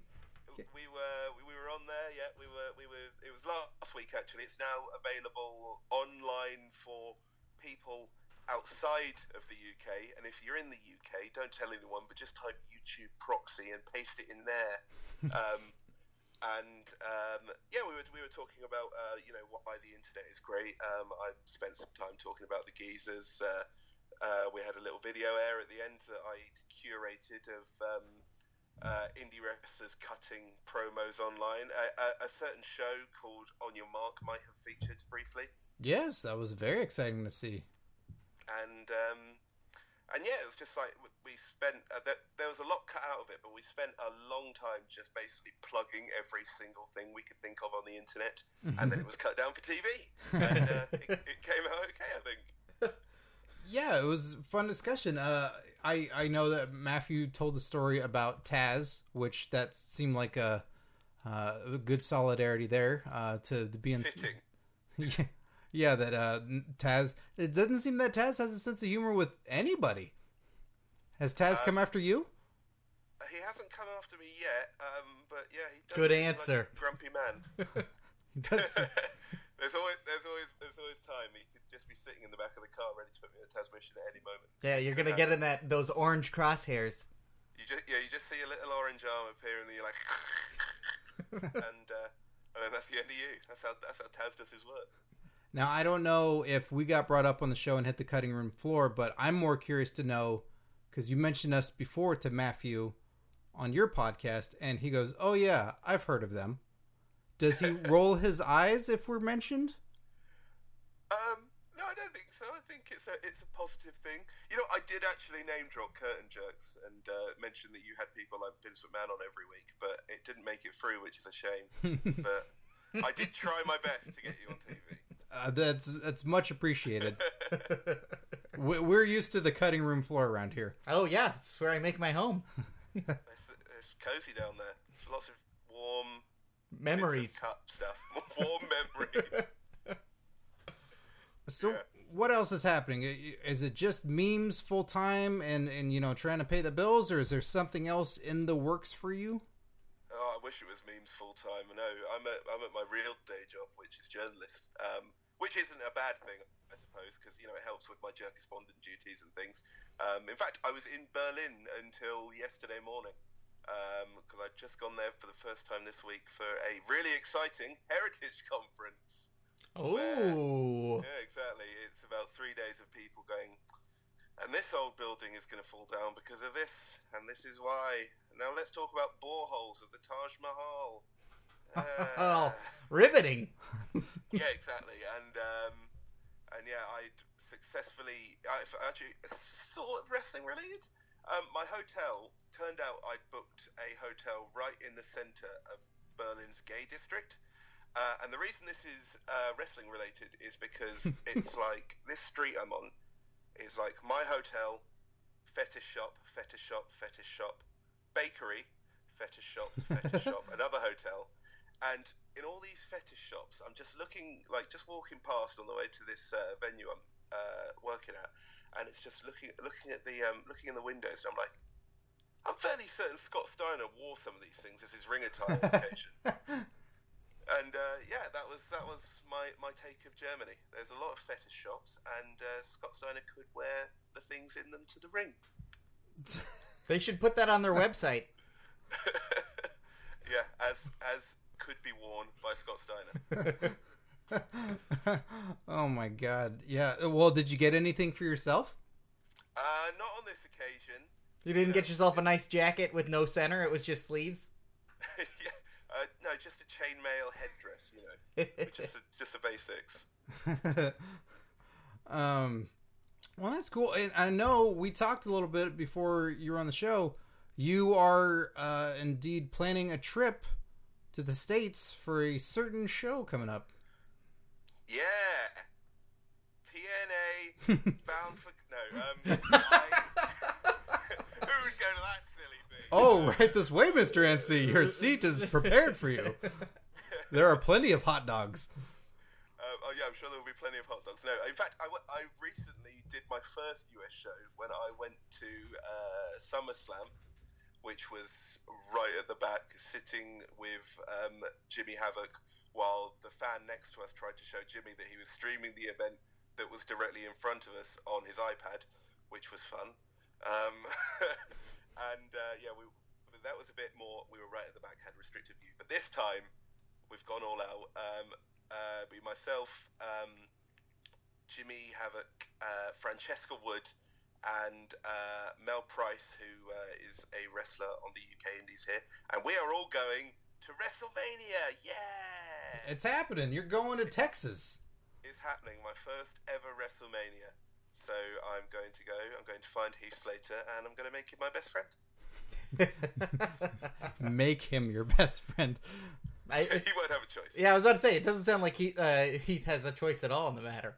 C: we were we, we were on there. Yeah, we were we were. It was last week actually. It's now available online for people outside of the UK. And if you're in the UK, don't tell anyone, but just type YouTube proxy and paste it in there. Um, and um, yeah, we were we were talking about uh, you know what- why the internet is great. Um, I spent some time talking about the geezers. Uh, uh, we had a little video air at the end that I curated of um, uh, indie wrestlers cutting promos online. A, a, a certain show called On Your Mark might have featured briefly,
A: Yes, that was very exciting to see.
C: and um, and yeah, it was just like we- we spent uh, there, there was a lot cut out of it, but we spent a long time just basically plugging every single thing we could think of on the internet,
B: Mm-hmm.
C: and then it was cut down for TV, and uh, it, it came out okay, I think.
A: Yeah, it was a fun discussion. Uh, I I know that Matthew told the story about Taz, which that seemed like a, uh, a good solidarity there uh, to, to be in.
C: Fitting.
A: Yeah, yeah, that uh, Taz. It doesn't seem that Taz has a sense of humor with anybody. Has Taz come after you?
C: Uh, He hasn't come after me yet, um, but yeah, he does
B: Good
C: seem like a
B: answer.
C: grumpy man.
A: He does-
C: there's always, there's always, there's always time. He could just be sitting in the back of the car, ready to put me in a Tasmanian at any moment.
B: yeah, you're gonna get in that those orange crosshairs.
C: You just, yeah, you just see a little orange arm appear, and you're like, and uh, and then that's the end of you. That's how that's how Taz does his work.
A: now I don't know if we got brought up on the show and hit the cutting room floor, but I'm more curious to know because you mentioned us before to Matthew on your podcast, and he goes, "Oh yeah, I've heard of them." Does he roll his eyes if we're mentioned?
C: Um, no, I don't think so. I think it's a it's a positive thing. You know, I did actually name drop curtain jerks and uh, mention that you had people like Vince McMahon on every week, but it didn't make it through, which is a shame. but I did try my best to get you on TV.
A: Uh, that's that's much appreciated. We- We're used to the cutting room floor around here.
B: Oh yeah, that's where I make my home.
C: It's, it's cozy down there. There's lots of warm bits of
B: Memories.
C: cup stuff, warm memories.
A: So
C: Yeah.
A: what else is happening? I- Is it just memes full time and and you know trying to pay the bills, or is there something else in the works for you?
C: Oh, I wish it was memes full time. No, I'm at I'm at my real day job, which is journalist. Um, which isn't a bad thing, I suppose, because you know it helps with my correspondent duties and things. Um, in fact, I was in Berlin until yesterday morning because I'd just gone there for the first time this week for a really exciting heritage conference.
B: Oh.
C: Yeah, exactly. It's about three days of people going, and this old building is going to fall down because of this, and this is why. Now let's talk about boreholes of the Taj Mahal.
B: Oh,
C: Uh,
B: riveting.
C: yeah, exactly. And um, and yeah, I'd successfully. I f- actually it's sort of wrestling related. Um, my hotel turned out I'd booked a hotel right in the center of Berlin's gay district. Uh, and the reason this is uh, wrestling related is because it's like this street I'm on is like my hotel, fetish shop, fetish shop, fetish shop, bakery, fetish shop, fetish shop, another hotel, and in all these fetish shops, I'm just looking like just walking past on the way to this uh, venue I'm uh, working at, and it's just looking looking at the um, looking in the windows, and I'm like, I'm fairly certain Scott Steiner wore some of these things as his ring attire on occasion. And uh, yeah, that was that was my, my take of Germany. There's a lot of fetish shops, and uh, Scott Steiner could wear the things in them to the ring.
B: They should put that on their website.
C: yeah, as as could be worn by Scott Steiner.
A: oh my god. Yeah. Well, did you get anything for yourself?
C: Uh, not on this occasion.
B: You didn't get yourself a nice jacket with no center; it was just sleeves.
C: yeah, uh, no, just a chainmail headdress, you know, just a, just the basics.
A: um, well, that's cool. And I know we talked a little bit before you were on the show. You are uh, indeed planning a trip to the states for a certain show coming up.
C: Yeah. TNA bound for no. Um, I, who would go to that silly thing?
A: Oh, right this way, Mister NC. Your seat is prepared for you. There are plenty of hot dogs.
C: Um, oh yeah, I'm sure there will be plenty of hot dogs. No, in fact, I, w- I recently did my first US show when I went to uh, SummerSlam, which was right at the back, sitting with um, Jimmy Havoc, while the fan next to us tried to show Jimmy that he was streaming the event that was directly in front of us on his iPad, which was fun. Um, and uh, yeah, we that was a bit more. We were right at the back, had restricted view, but this time we've gone all out. Um, uh, be myself, um, Jimmy Havoc, uh, Francesca Wood, and uh, Mel Price, who uh, is a wrestler on the UK Indies here, and we are all going to WrestleMania. Yeah,
A: It's happening. You're going to Texas.
C: it's happening. My first ever WrestleMania. So I'm going to go. I'm going to find Heath Slater, and I'm going to make him my best friend.
A: Make him your best friend.
B: I, it-
C: he won't have a choice.
B: yeah, I was about to say it doesn't sound like he uh, Heath has a choice at all in the matter.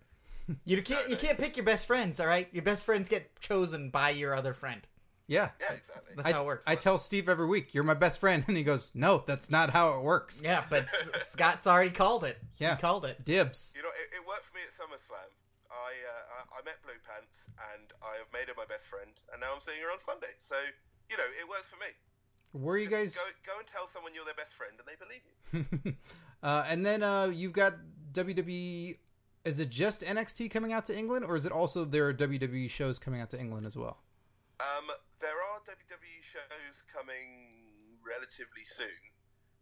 B: You can't you can't pick your best friends, all right? Your best friends get chosen by your other friend.
A: Yeah.
C: Yeah, exactly.
B: That's
A: I,
B: how it works.
A: I tell Steve every week, "You're my best friend," and he goes, "No, that's not how it works."
B: yeah, but S- Scott's already called it.
A: Yeah.
B: he called it.
A: Dibs.
C: You know, it, it worked for me at SummerSlam. I, uh, I I met Blue Pants, and I have made her my best friend, and now I'm seeing her on Sunday. So you know, it works for me.
A: Where are you guys?
C: Go go and tell someone you're their best friend, and they believe you.
A: uh, and then uh, you've got WWE. Is it just NXT coming out to England, or is it also there are WWE shows coming out to England as well?
C: Um, there are WWE shows coming relatively soon,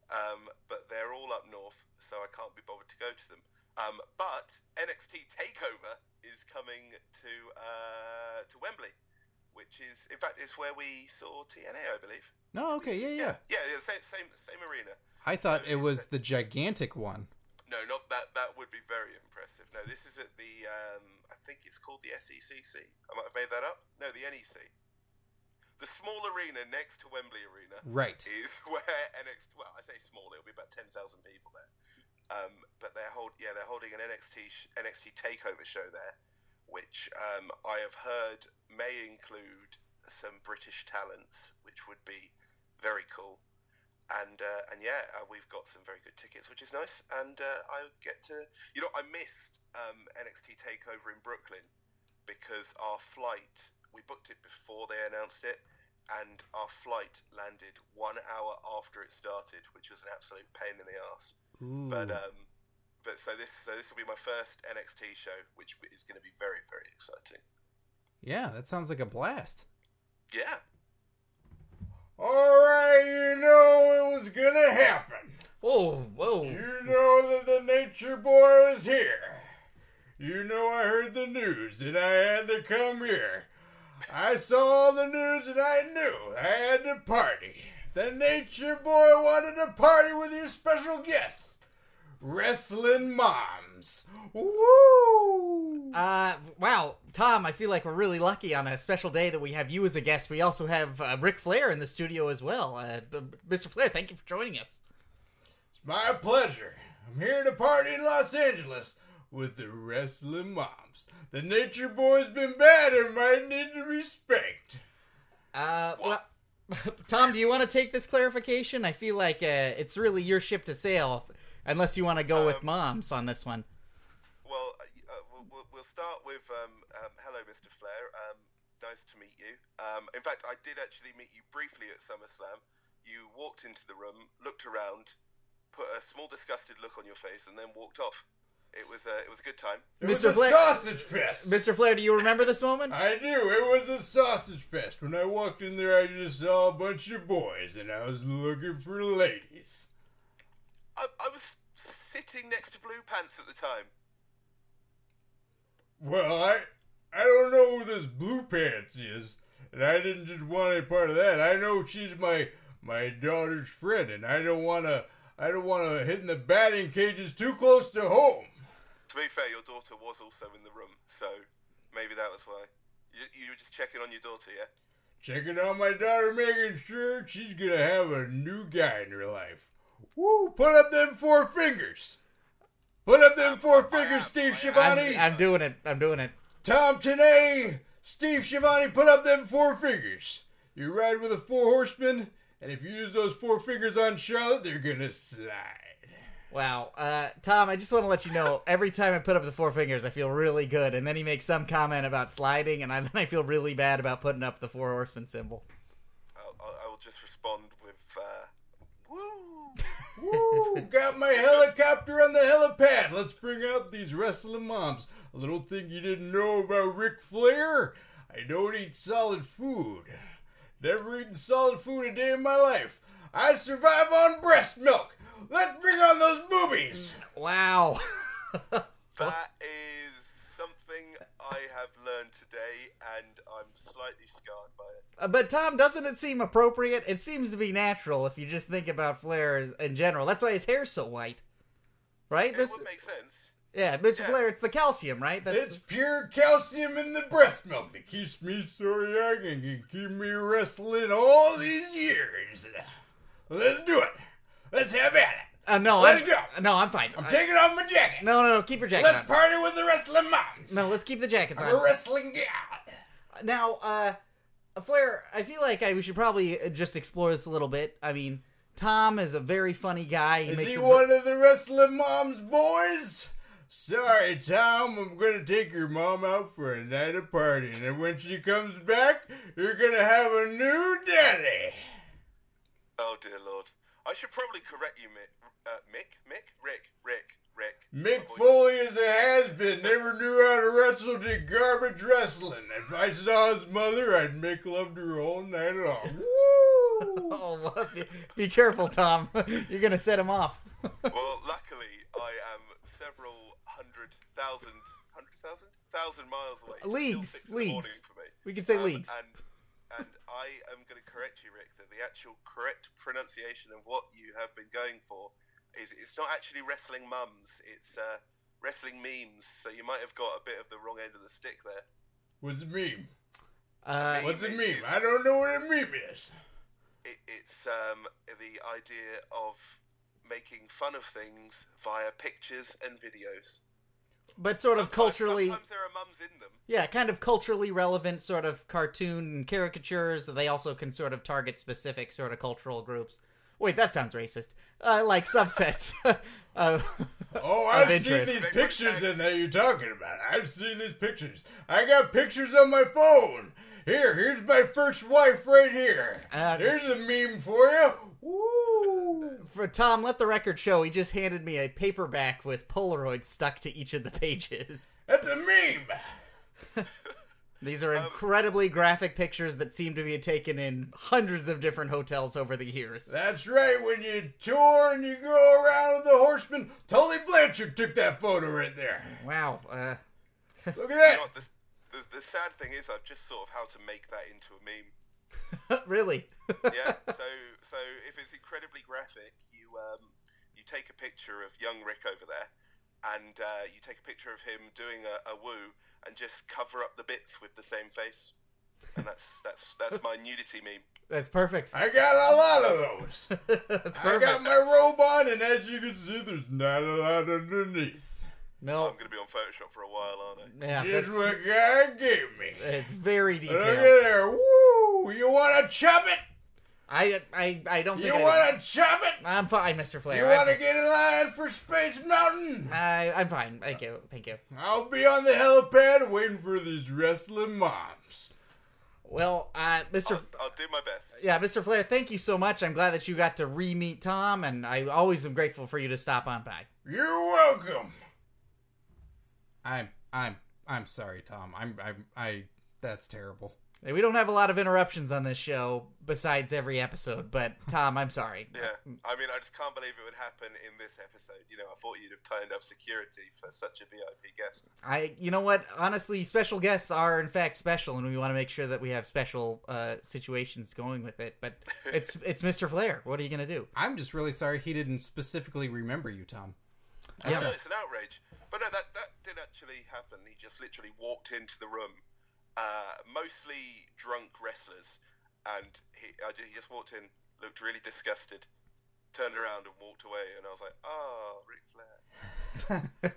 C: um, but they're all up north, so I can't be bothered to go to them. Um, but NXT Takeover is coming to uh, to Wembley, which is in fact it's where we saw TNA, I believe.
A: No, okay, yeah, yeah.
C: Yeah, yeah, same same same arena.
A: I thought it was the gigantic one.
C: No, not that. That would be very impressive. No, this is at the. Um, I think it's called the SECC. I might have made that up. No, the NEC. The small arena next to Wembley Arena
A: Right.
C: is where NXT. Well, I say small. It'll be about ten thousand people there. Um, but they're hold. Yeah, they're holding an NXT sh- NXT Takeover show there, which um, I have heard may include some British talents, which would be very cool and uh, and yeah, uh, we've got some very good tickets, which is nice. And uh, I get to, you know, I missed um, NXT Takeover in Brooklyn because our flight we booked it before they announced it, and our flight landed one hour after it started, which was an absolute pain in the ass.
A: Ooh.
C: But um, but so this so this will be my first NXT show, which is going to be very very exciting.
A: Yeah, that sounds like a blast.
C: Yeah.
D: All right, you know it was gonna happen.
B: Whoa, whoa!
D: You know that the nature boy is here. You know I heard the news and I had to come here. I saw the news and I knew I had to party. The nature boy wanted to party with your special guests, wrestling moms. Woo!
B: Uh, wow, Tom, I feel like we're really lucky on a special day that we have you as a guest. We also have uh, Ric Flair in the studio as well. Uh, b- b- Mr. Flair, thank you for joining us.
D: My pleasure. I'm here to party in Los Angeles with the wrestling moms. The nature boy's been bad and might need to be spanked.
B: Uh, well, Tom, do you want to take this clarification? I feel like uh, it's really your ship to sail, if- unless you want to go with
C: Um,
B: moms on this one.
C: Well, uh, y- uh, we'll- we'll, we'll start with um, um, hello, Mr. Flair. Um, nice to meet you. Um, in fact, I did actually meet you briefly at SummerSlam. You walked into the room, looked around, put a small disgusted look on your face, and then walked off. It was a it was a good time.
D: It was
B: Mr.
D: a
B: Flair-
D: sausage fest.
B: Mr. Flair, do you remember this moment?
D: I do. It was a sausage fest. When I walked in there, I just saw a bunch of boys, and I was looking for ladies.
C: I, I was sitting next to Blue Pants at the time.
D: Well, I I don't know who this blue pants is, and I didn't just want any part of that. I know she's my my daughter's friend, and I don't want to I don't want to hit in the batting cages too close to home.
C: To be fair, your daughter was also in the room, so maybe that was why. You, you were just checking on your daughter, yeah?
D: Checking on my daughter, making sure she's gonna have a new guy in her life. Woo! Put up them four fingers. Put up them four fingers, Steve Schiavone.
B: I'm, I'm doing it. I'm doing it.
D: Tom Tenay, Steve Schiavone, put up them four fingers. You ride with the four horsemen, and if you use those four fingers on Charlotte, they're gonna slide.
B: Wow. Uh, Tom, I just want to let you know every time I put up the four fingers, I feel really good. And then he makes some comment about sliding, and I, then I feel really bad about putting up the four horsemen symbol.
C: I'll, I'll, I will just respond with, uh, woo!
D: Woo! Got my helicopter on the helipad. Let's bring out these wrestling moms. A little thing you didn't know about Ric Flair. I don't eat solid food. Never eaten solid food a day in my life. I survive on breast milk. Let's bring on those boobies.
B: Wow.
C: That is something I have learned today, and I'm slightly scarred by it.
B: Uh, But Tom, doesn't it seem appropriate? It seems to be natural if you just think about Flair as- in general. That's why his hair's so white, right?
C: It
B: This,
C: would make sense.
B: yeah, Mr.
C: yeah.
B: Flair, it's the calcium, right? That's
D: It's pure calcium in the breast milk that keeps me so young and can keep me wrestling all these years. Let's do it. Let's have at it.
B: uh, no.
D: Let
B: I'm,
D: it go.
B: No, I'm fine.
D: I'm
B: I-
D: taking off my jacket.
B: no, no, no. Keep your jacket
D: Let's
B: on.
D: party with the wrestling moms.
B: No, let's keep the jackets
D: I'm
B: on.
D: a wrestling god.
B: Now, uh, Flair, I feel like I, we should probably uh, just explore this a little bit. I mean, Tom is a very funny guy. He
D: Is
B: makes
D: he
B: a-
D: one of the wrestling mom's boys? Sorry, Tom, I'm gonna take your mom out for a night of partying, and when she comes back, you're gonna have a new daddy.
C: Oh dear lord. I should probably correct you, Mick. Uh, Mick? Mick? Rick? Rick? Rick? Oh,
D: Mick
C: My voice-
D: Foley is a has-been, never knew how to wrestle, did garbage wrestling. If I saw his mother, I'd make love to her all night long. Woo!
B: Oh, well, be, be careful, Tom. You're gonna set him off.
C: Well, luckily, I am several hundred thousand, hundred thousand, thousand miles away. It's still
B: Leagues,
C: six in the morning
B: leagues.
C: for me.
B: we can say
C: Um,
B: leagues.
C: And, and I am going to correct you, Rick, that the actual correct pronunciation of what you have been going for is it's not actually wrestling mums, it's uh, wrestling memes. So you might have got a bit of the wrong end of the stick there.
D: What's a meme?
B: Uh,
D: What's a meme? I don't know what a meme is.
C: It, it's um, the idea of making fun of things via pictures and videos.
B: but sort of
C: Sometimes-
B: culturally,
C: Sometimes there are mums in them.
B: yeah, kind of culturally relevant sort of cartoon and caricatures. They also can sort of target specific sort of cultural groups. Wait, that sounds racist. Uh, like subsets. uh,
D: Oh,
B: Of
D: I've seen
B: interest.
D: these
C: They put
D: pictures
C: back-
D: in there you're talking about. I've seen these pictures. I got pictures on my phone. Here, here's my first wife right here.
B: Uh,
D: Here's a meme for you. Woo!
B: For Tom, let the record show he just handed me a paperback with Polaroids stuck to each of the pages.
D: That's a meme.
B: These are
D: Um,
B: incredibly graphic pictures that seem to be taken in hundreds of different hotels over the years.
D: That's right. When you tour and you go around with the horsemen, Tully Blanchard took that photo right there.
B: Wow. Uh,
D: Look at
C: You
D: that.
C: know what, the, the, the sad thing is, I've just thought of how to make that into a meme.
B: really?
C: yeah. So so if it's incredibly graphic, you um, you take a picture of young Rick over there, and uh, you take a picture of him doing a, a woo, and just cover up the bits with the same face, and that's that's that's my nudity meme.
B: That's perfect.
D: I got a lot of those.
B: That's
D: I got
B: perfect.
D: my robe on, and as you can see, there's not a lot underneath.
B: No.
C: I'm gonna be on Photoshop for a while, aren't I?
B: Yeah,
D: Here's Oh,
B: that's,
D: what God gave me.
B: it's very
D: Look at
B: detailed.
D: there. Woo! You want to chop it?
B: I I I don't think
D: You
B: I,
D: want to chop it?
B: I'm fine, Mr. Flair.
D: You
B: I'm
D: want to
B: fine.
D: get in line for Space Mountain?
B: I, I'm fine. Thank you. Thank you.
D: I'll be on the helipad waiting for these wrestling moms.
B: Well, uh, Mr.
C: I'll, I'll do my best.
B: yeah, Mr. Flair, thank you so much. I'm glad that you got to re meet Tom, and I always am grateful for you to stop on by.
D: You're welcome.
A: I'm I'm I'm sorry, Tom. I'm I'm I. That's terrible.
B: Hey, We don't have a lot of interruptions on this show besides every episode, but Tom, I'm sorry.
C: Yeah, I mean, I just can't believe it would happen in this episode. You know, I thought you'd have turned up security for such a VIP guest.
B: I, you know what? Honestly, special guests are in fact special, and we want to make sure that we have special uh, situations going with it. But it's it's Mr. Flair. What are you gonna do?
A: I'm just really sorry he didn't specifically remember you, Tom.
C: I know
B: Yeah.
C: it's an outrage, but no, that that did actually happen. He just literally walked into the room, uh, mostly drunk wrestlers, and he I, ju- he just walked in, looked really disgusted, turned around and walked away, and I was like, oh, Ric Flair.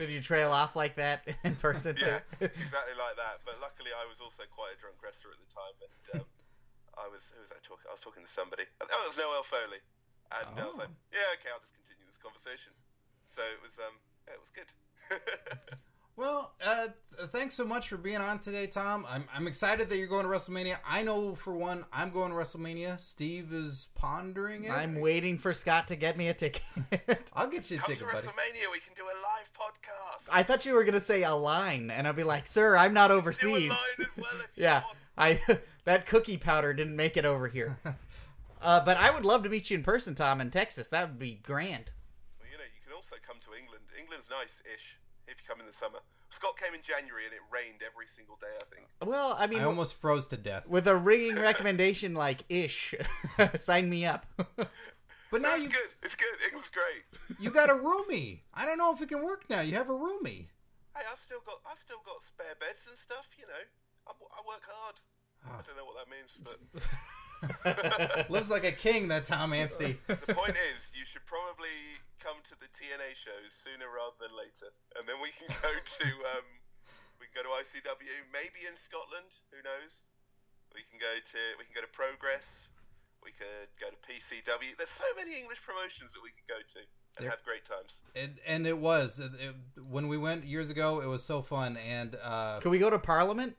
B: Did you trail off like that in person?
C: Yeah,
B: Too?
C: exactly like that. But luckily, I was also quite a drunk wrestler at the time, and um, I was who was I talking? I was talking to somebody. Oh, it was Noel Foley, and I was
A: Oh.
C: like, yeah, okay, I'll just continue this conversation. So it was, um, yeah, it was good.
A: Well, uh, th- thanks so much for being on today, Tom. I'm, I'm excited that you're going to WrestleMania. I know for one, I'm going to WrestleMania. Steve is pondering it.
B: I'm waiting for Scott to get me a ticket.
A: I'll get you a
C: Come
A: ticket,
C: to
A: buddy.
C: WrestleMania, we can do a live podcast.
B: I thought you were gonna say a line, and I'll be like, "Sir, I'm not
C: do a
B: overseas."
C: line as well if you
B: Yeah,
C: want.
B: I that cookie powder didn't make it over here. Uh, but I would love to meet you in person, Tom, in Texas. That would be grand.
C: Well, you know, you can also come to England. England's nice-ish if you come in the summer. Scott came in January and it rained every single day. I think.
B: Well, I mean,
A: I almost froze to death.
B: with a ringing recommendation like ish, sign me up.
A: But now
C: That's
A: you
C: good. It's good. England's great.
A: you got a roomie. I don't know if it can work now. You have a roomie.
C: Hey, I've still got I've still got spare beds and stuff. You know, I, w- I work hard.
A: Ah.
C: I don't know what that means, but
A: Lives like a king, that Tom Anstey.
C: the point is, you should probably come to the TNA shows sooner rather than later, and then we can go to um, we can go to ICW, maybe in Scotland. Who knows? We can go to we can go to Progress. We could go to PCW. There's so many English promotions that we could go to and
A: There-
C: have great times.
A: and, and it was It- it- when we went years ago. It was so fun, and uh,
B: Can we go to Parliament?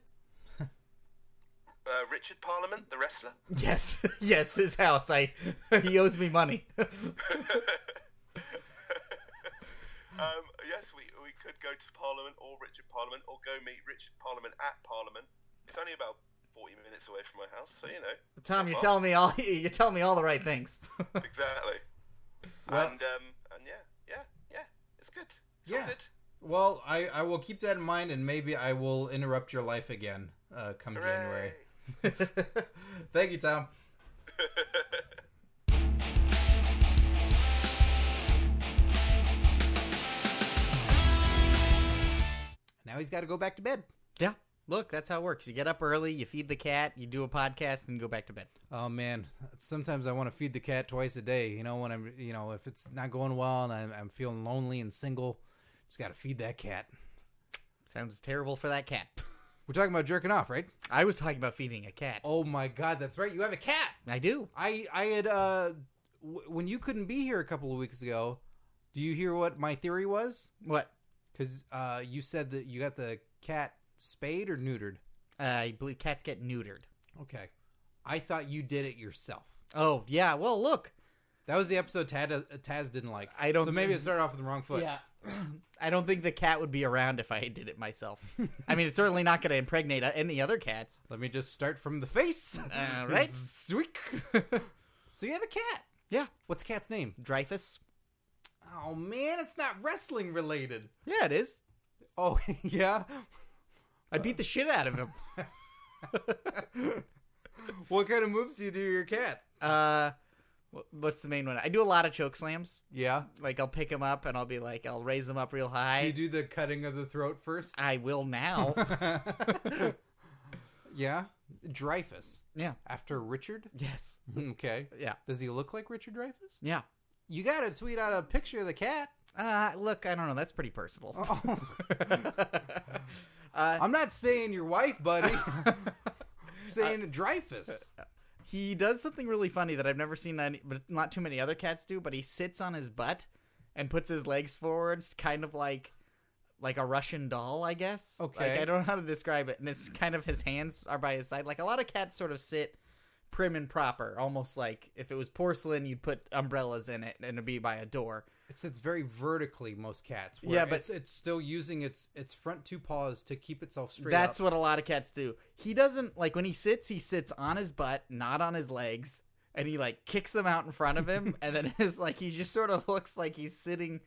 C: Uh, Richard Parliament, the wrestler.
B: Yes, yes, his house. I he owes me money.
C: Um, yes, we, we could go to Parliament or Richard Parliament or go meet Richard Parliament at Parliament. It's only about 40 minutes away from my house, so you know.
B: Tom, you're
C: Well,
B: telling me all you're telling me all the right things.
C: Exactly.
A: Well-
C: and, um, and yeah, yeah, yeah. It's good. It's all
A: Yeah.
C: good.
A: well, I, I will keep that in mind, and maybe I will interrupt your life again uh, come
C: Hooray.
A: January. Thank you, Tom. Now he's got to go back to bed.
B: yeah, look, that's how it works. You get up early, you feed the cat, you do a podcast, and go back to bed.
A: Oh man, sometimes I want to feed the cat twice a day. You know when I'm, you know, if it's not going well and I'm, I'm feeling lonely and single, just got to feed that cat.
B: Sounds terrible for that cat.
A: We're talking about jerking off, right?
B: I was talking about feeding a cat.
A: Oh my god, that's right. You have a cat.
B: I do.
A: I I had uh w- when you couldn't be here a couple of weeks ago. Do you hear what my theory was?
B: What?
A: Because uh, you said that you got the cat spayed or neutered.
B: Uh, I believe cats get neutered.
A: Okay, I thought you did it yourself.
B: Oh yeah. Well, look.
A: That was the episode Taz, Taz didn't like.
B: I don't
A: So maybe
B: think-
A: it started off with the wrong foot.
B: yeah. I don't think the cat would be around if I did it myself. I mean, it's certainly not going to impregnate uh, any other cats.
A: Let me just start from the face.
B: All right.
A: Sweet. so you have a cat.
B: Yeah.
A: What's the cat's name?
B: Dreyfus.
A: Oh man, it's not wrestling related.
B: Yeah, it is.
A: Oh yeah.
B: I beat the shit out of him.
A: What kind of moves do you do to your cat?
B: Uh, wh- what's the main one? I do a lot of choke slams.
A: Yeah.
B: Like I'll pick him up and I'll be like, I'll raise him up real high.
A: Do you do the cutting of the throat first?
B: I will now.
A: yeah. Dreyfus.
B: yeah.
A: After Richard?
B: Yes.
A: Okay.
B: Yeah.
A: Does he look like Richard Dreyfus?
B: Yeah.
A: You gotta tweet out a picture of the cat.
B: Uh, look, I don't know. That's pretty personal.
A: Oh. Uh, Uh, I'm not saying your wife, buddy. I'm saying Dreyfus.
B: He does something really funny that I've never seen, any, but not too many other cats do. But he sits on his butt and puts his legs forward, kind of like like a Russian doll, I guess.
A: Okay.
B: Like, I don't know how to describe it, and it's kind of his hands are by his side. Like a lot of cats sort of sit prim and proper, almost like if it was porcelain, you'd put umbrellas in it and it'd be by a door.
A: It sits very vertically. Most cats. where
B: Yeah, but-
A: it's, it's still using its its front two paws to keep itself straight.
B: That's
A: up.
B: what a lot of cats do. He doesn't like when he sits, he sits on his butt, not on his legs, and he like kicks them out in front of him and then is like he just sort of looks like he's sitting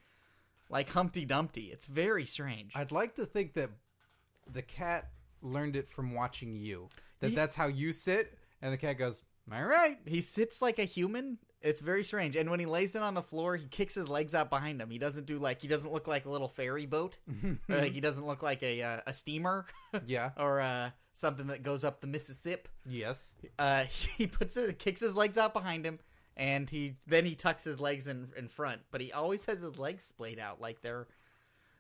B: like Humpty Dumpty. It's very strange.
A: I'd like to think that the cat learned it from watching you. That
B: Ye-
A: that's how you sit, and the cat goes, "All right."
B: he sits like a human. It's very strange. And when he lays it on the floor, he kicks his legs out behind him. He doesn't do like he doesn't look like a little ferry boat. or like he doesn't look like a uh, a steamer
A: Yeah.
B: or uh, something that goes up the Mississippi.
A: Yes.
B: uh, he puts his, kicks his legs out behind him, and he then he tucks his legs in in front. But he always has his legs splayed out, like they're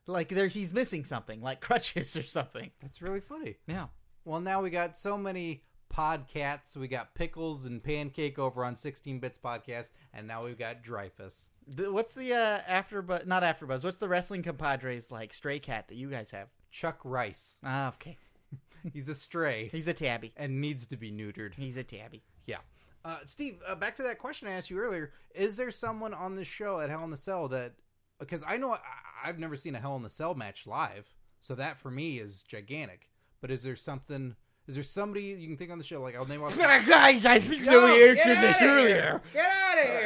B: like they're he's missing something, like crutches or something.
A: That's really funny.
B: Yeah,
A: Well, now we got so many podcasts. We got Pickles and Pancake over on 16 Bits Podcast, and now we've got Dreyfus.
B: the, what's the uh, after but not after buzz? What's the wrestling compadres like stray cat that you guys have?
A: Chuck Rice.
B: Ah, okay,
A: He's a stray
B: he's a tabby.
A: and needs to be neutered.
B: He's a tabby.
A: Yeah. Uh, Steve, uh, back to that question I asked you earlier. Is there someone on this show at Hell in the Cell that. Because I know I, I've never seen a Hell in the Cell match live, so that for me is gigantic. But is there something. Is there somebody you can think on the show? Like, I'll name off.
B: Guys, I think
A: Get out of here!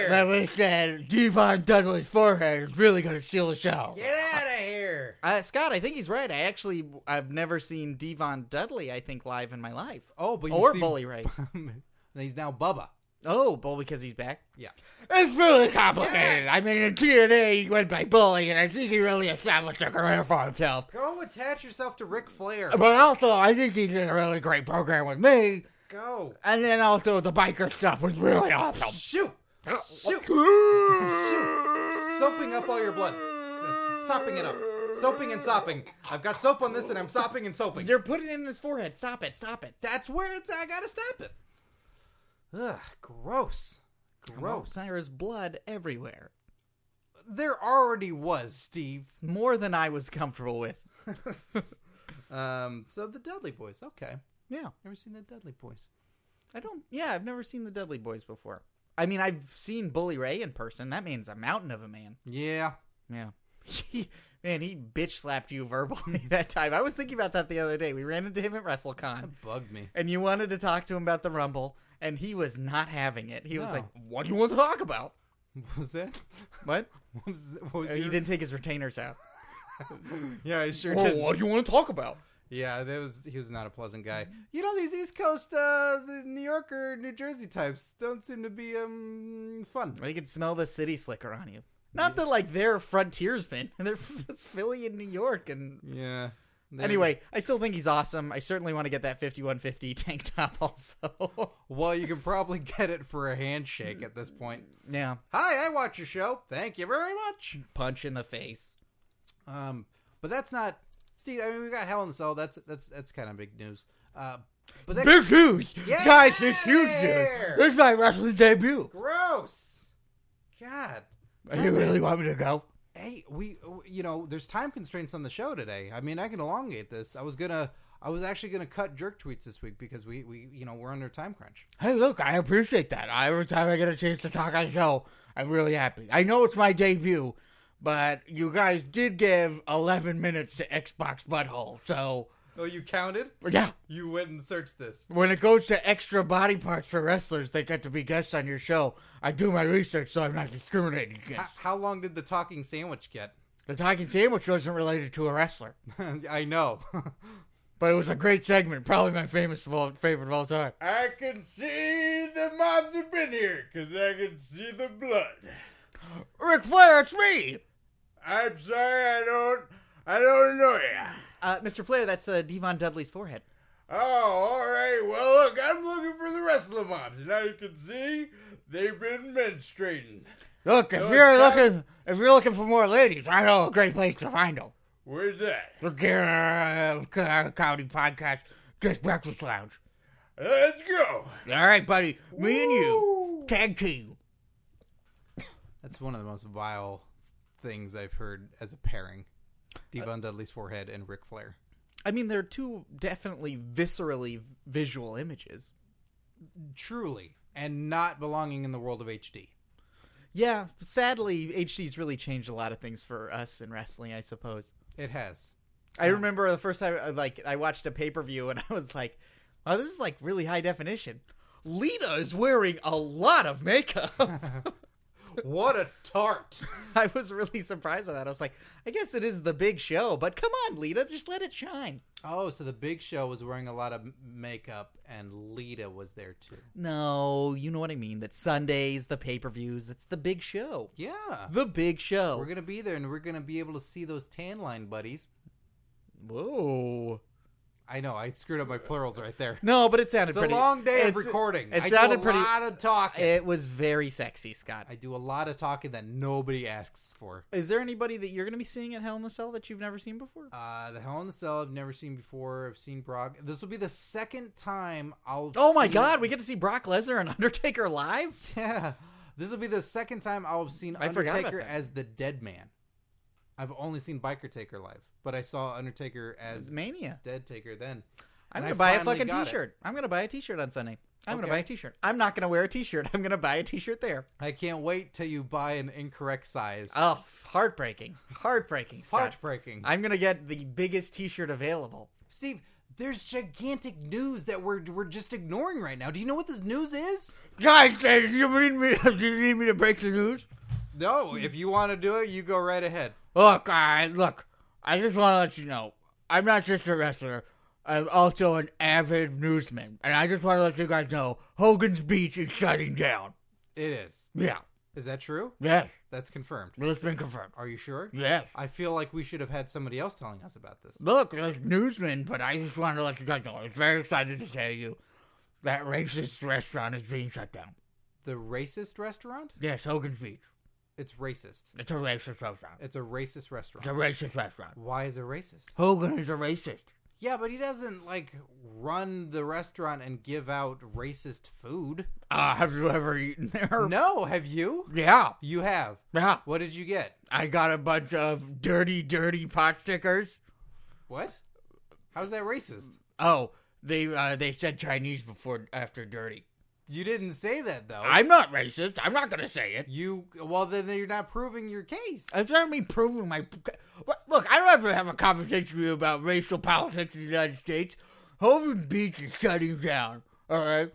B: That was that Devon Dudley's forehead is really gonna steal the show.
A: Get out of here!
B: Uh, Scott, I think he's right. I actually I've never seen Devon Dudley. I think live in my life.
A: Oh, but you've
B: or
A: seen-
B: Bully Ray.
A: and he's now Bubba.
B: oh, well, because he's back.
A: Yeah.
B: It's really complicated. I mean, in TNA he went by Bully, and I think he really established a career for himself.
A: Go attach yourself to Ric Flair.
B: But also, I think he did a really great program with me.
A: Go.
B: And then also, the biker stuff was really awesome.
A: Shoot. Shoot. Shoot. Soaping up all your blood. That's sopping it up. Soaping and sopping. I've got soap on this and I'm sopping and soaping.
B: They're putting it in his forehead. Stop it! Stop it!
A: That's where it's, I gotta stop it. Ugh, gross. Gross.
B: There is blood everywhere.
A: There already was, Steve.
B: More than I was comfortable with.
A: um, so the Dudley Boys. Okay.
B: Yeah.
A: Never seen the Dudley Boys.
B: I don't. Yeah, I've never seen the Dudley Boys before. I mean, I've seen Bully Ray in person. That man's a mountain of a man.
A: Yeah.
B: Yeah. He, man, he bitch slapped you verbally that time. I was thinking about that the other day. We ran into him at WrestleCon,
A: Bugged me.
B: and you wanted to talk to him about the Rumble, and he was not having it. He was
A: No.
B: like, "What do you want to talk about?"
A: What was that?
B: What?
A: What was, what was
B: Uh,
A: your-
B: He didn't take his retainers out.
A: Yeah, I sure
B: "Well,
A: did.
B: Oh, what do you want to talk about?
A: Yeah, that was he was not a pleasant guy. You know these East Coast, uh, the New Yorker, New Jersey types don't seem to be um fun.
B: They could smell the city slicker on you. Not that like they're frontiersmen. They're it's Philly and New York and
A: Yeah. They're-
B: Anyway, I still think he's awesome. I certainly want to get that 5150 tank top also.
A: well, you can probably get it for a handshake at this point.
B: yeah,
A: Hi, I watch your show. Thank you very much.
B: punch in the face.
A: Um, but that's not Steve. I mean, we got Hell in the Cell. That's that's that's kind of big news. Uh, but that
B: Big news!
A: Get
B: Guys, this
A: outta
B: huge
A: here!
B: news! This is my wrestling debut.
A: gross. God.
B: You really want me to go?
A: hey we you know there's time constraints on the show today i mean i can elongate this i was gonna i was actually gonna cut jerk tweets this week because we we you know we're under time crunch
B: Hey, look, I appreciate that. I- Every time I get a chance to talk on the show, I'm really happy. I know it's my debut, but you guys did give 11 minutes to Xbox Butthole, so
A: oh you counted
B: yeah.
A: you went and searched this
B: When it goes to extra body parts for wrestlers, they get to be guests on your show. I do my research so I'm not discriminated
A: how,
B: against.
A: how long did the talking sandwich get
B: The talking sandwich wasn't related to a wrestler,
A: i know
B: but it was a great segment. Probably my famous of all, favorite of all time.
D: I can see the mobs have been here, 'cause I can see the blood.
B: Ric Flair, it's me,
D: I'm sorry, I don't, I don't know ya.
B: uh, Mr. Flair. That's uh, Devon Dudley's forehead.
D: Oh, all right. Well, look, I'm looking for the wrestler mobs. and Now you can see they've been menstruating.
B: Look, if
D: No,
B: you're
D: it's not-
B: looking, if you're looking for more ladies, I know a great place to find them.
D: Where's that?
B: uh, The Gear uh, Comedy Podcast, Just Breakfast Lounge.
D: Let's go.
B: All right, buddy. Me and you. Tag team.
A: That's one of the most vile things I've heard as a pairing. Devon Dudley's forehead and Ric Flair.
B: I mean, they're two definitely viscerally visual images.
A: Truly. And not belonging in the world of HD.
B: Yeah, sadly, HD's really changed a lot of things for us in wrestling, I suppose.
A: It has.
B: I remember the first time, uh, like, I watched a pay per view and I was like, "Oh, this is like really high definition." Lita is wearing a lot of makeup.
A: What a tart!
B: I was really surprised by that. I was like, "I guess it is the big show, but come on, Lita, just let it shine."
A: oh, so the Big Show was wearing a lot of m- makeup, and Lita was there too.
B: No, you know what I mean. That Sundays, the pay per views, that's the big show.
A: Yeah.
B: The big show.
A: We're gonna be there, and we're gonna be able to see those tan line buddies.
B: Whoa.
A: I know I screwed up my plurals right there.
B: No, but it sounded
A: It's a
B: pretty.
A: long day of
B: it's-
A: recording.
B: It
A: I
B: sounded
A: do a
B: pretty.
A: lot of talking.
B: It was very sexy, Scott.
A: I do a lot of talking that nobody asks for.
B: Is there anybody that you're going to be seeing at Hell in the Cell that you've never seen before?
A: Uh, the Hell in the Cell I've never seen before. I've seen Brock. This will be the second time I'll.
B: Oh my
A: seen-
B: God, we get to see Brock Lesnar and Undertaker live.
A: Yeah, this will be the second time I'll have seen
B: I forgot about
A: Undertaker
B: that.
A: as the Dead Man. I've only seen Biker Taker live, but I saw Undertaker as
B: Mania.
A: Dead Taker then.
B: I'm
A: And
B: going to
A: I
B: buy a
A: finally
B: fucking
A: got it.
B: T-shirt. I'm going to buy a T-shirt on Sunday. I'm going
A: Okay.
B: to buy a T-shirt. I'm not going to wear a T-shirt. I'm going to buy a T-shirt there.
A: I can't wait till you buy an incorrect size.
B: Oh, f- heartbreaking, heartbreaking, Scott.
A: Heartbreaking.
B: I'm going to get the biggest T-shirt available.
A: Steve, there's gigantic news that we're we're just ignoring right now. Do you know what this news is?
B: Guys, uh, you mean me? Do you need me to break the news?
A: No, if you want to do it, you go right ahead.
B: Look, I look. I just want to let you know, I'm not just a wrestler. I'm also an avid newsman, and I just want to let you guys know Hogan's Beach is shutting down.
A: It is.
B: Yeah.
A: Is that true?
B: Yes.
A: That's confirmed.
B: It's been confirmed.
A: Are you sure?
B: Yes.
A: I feel like we should have had somebody else telling us about this.
B: Look, there's newsman, but I just wanted to let you guys know. I was very excited to tell you that racist restaurant is being shut down.
A: The racist restaurant?
B: Yes, Hogan's Beach.
A: It's racist.
B: It's a racist restaurant.
A: It's a racist
B: It's a
A: restaurant.
B: racist restaurant.
A: Why is it racist?
B: Hogan is a racist.
A: Yeah, but he doesn't like run the restaurant and give out racist food.
B: Uh, have you ever eaten there?
A: No, have you?
B: Yeah.
A: You have.
B: Yeah.
A: What did you get?
B: I got a bunch of dirty, dirty pot stickers.
A: What? How's that racist?
B: Oh, they uh, they said Chinese before after dirty.
A: You didn't say that though.
B: I'm not racist. I'm not gonna say it.
A: You well then you're not proving your case.
B: It's not me proving my. What- Look, I don't have to have a conversation with you about racial politics in the United States. Hogan Beach is shutting down. All right.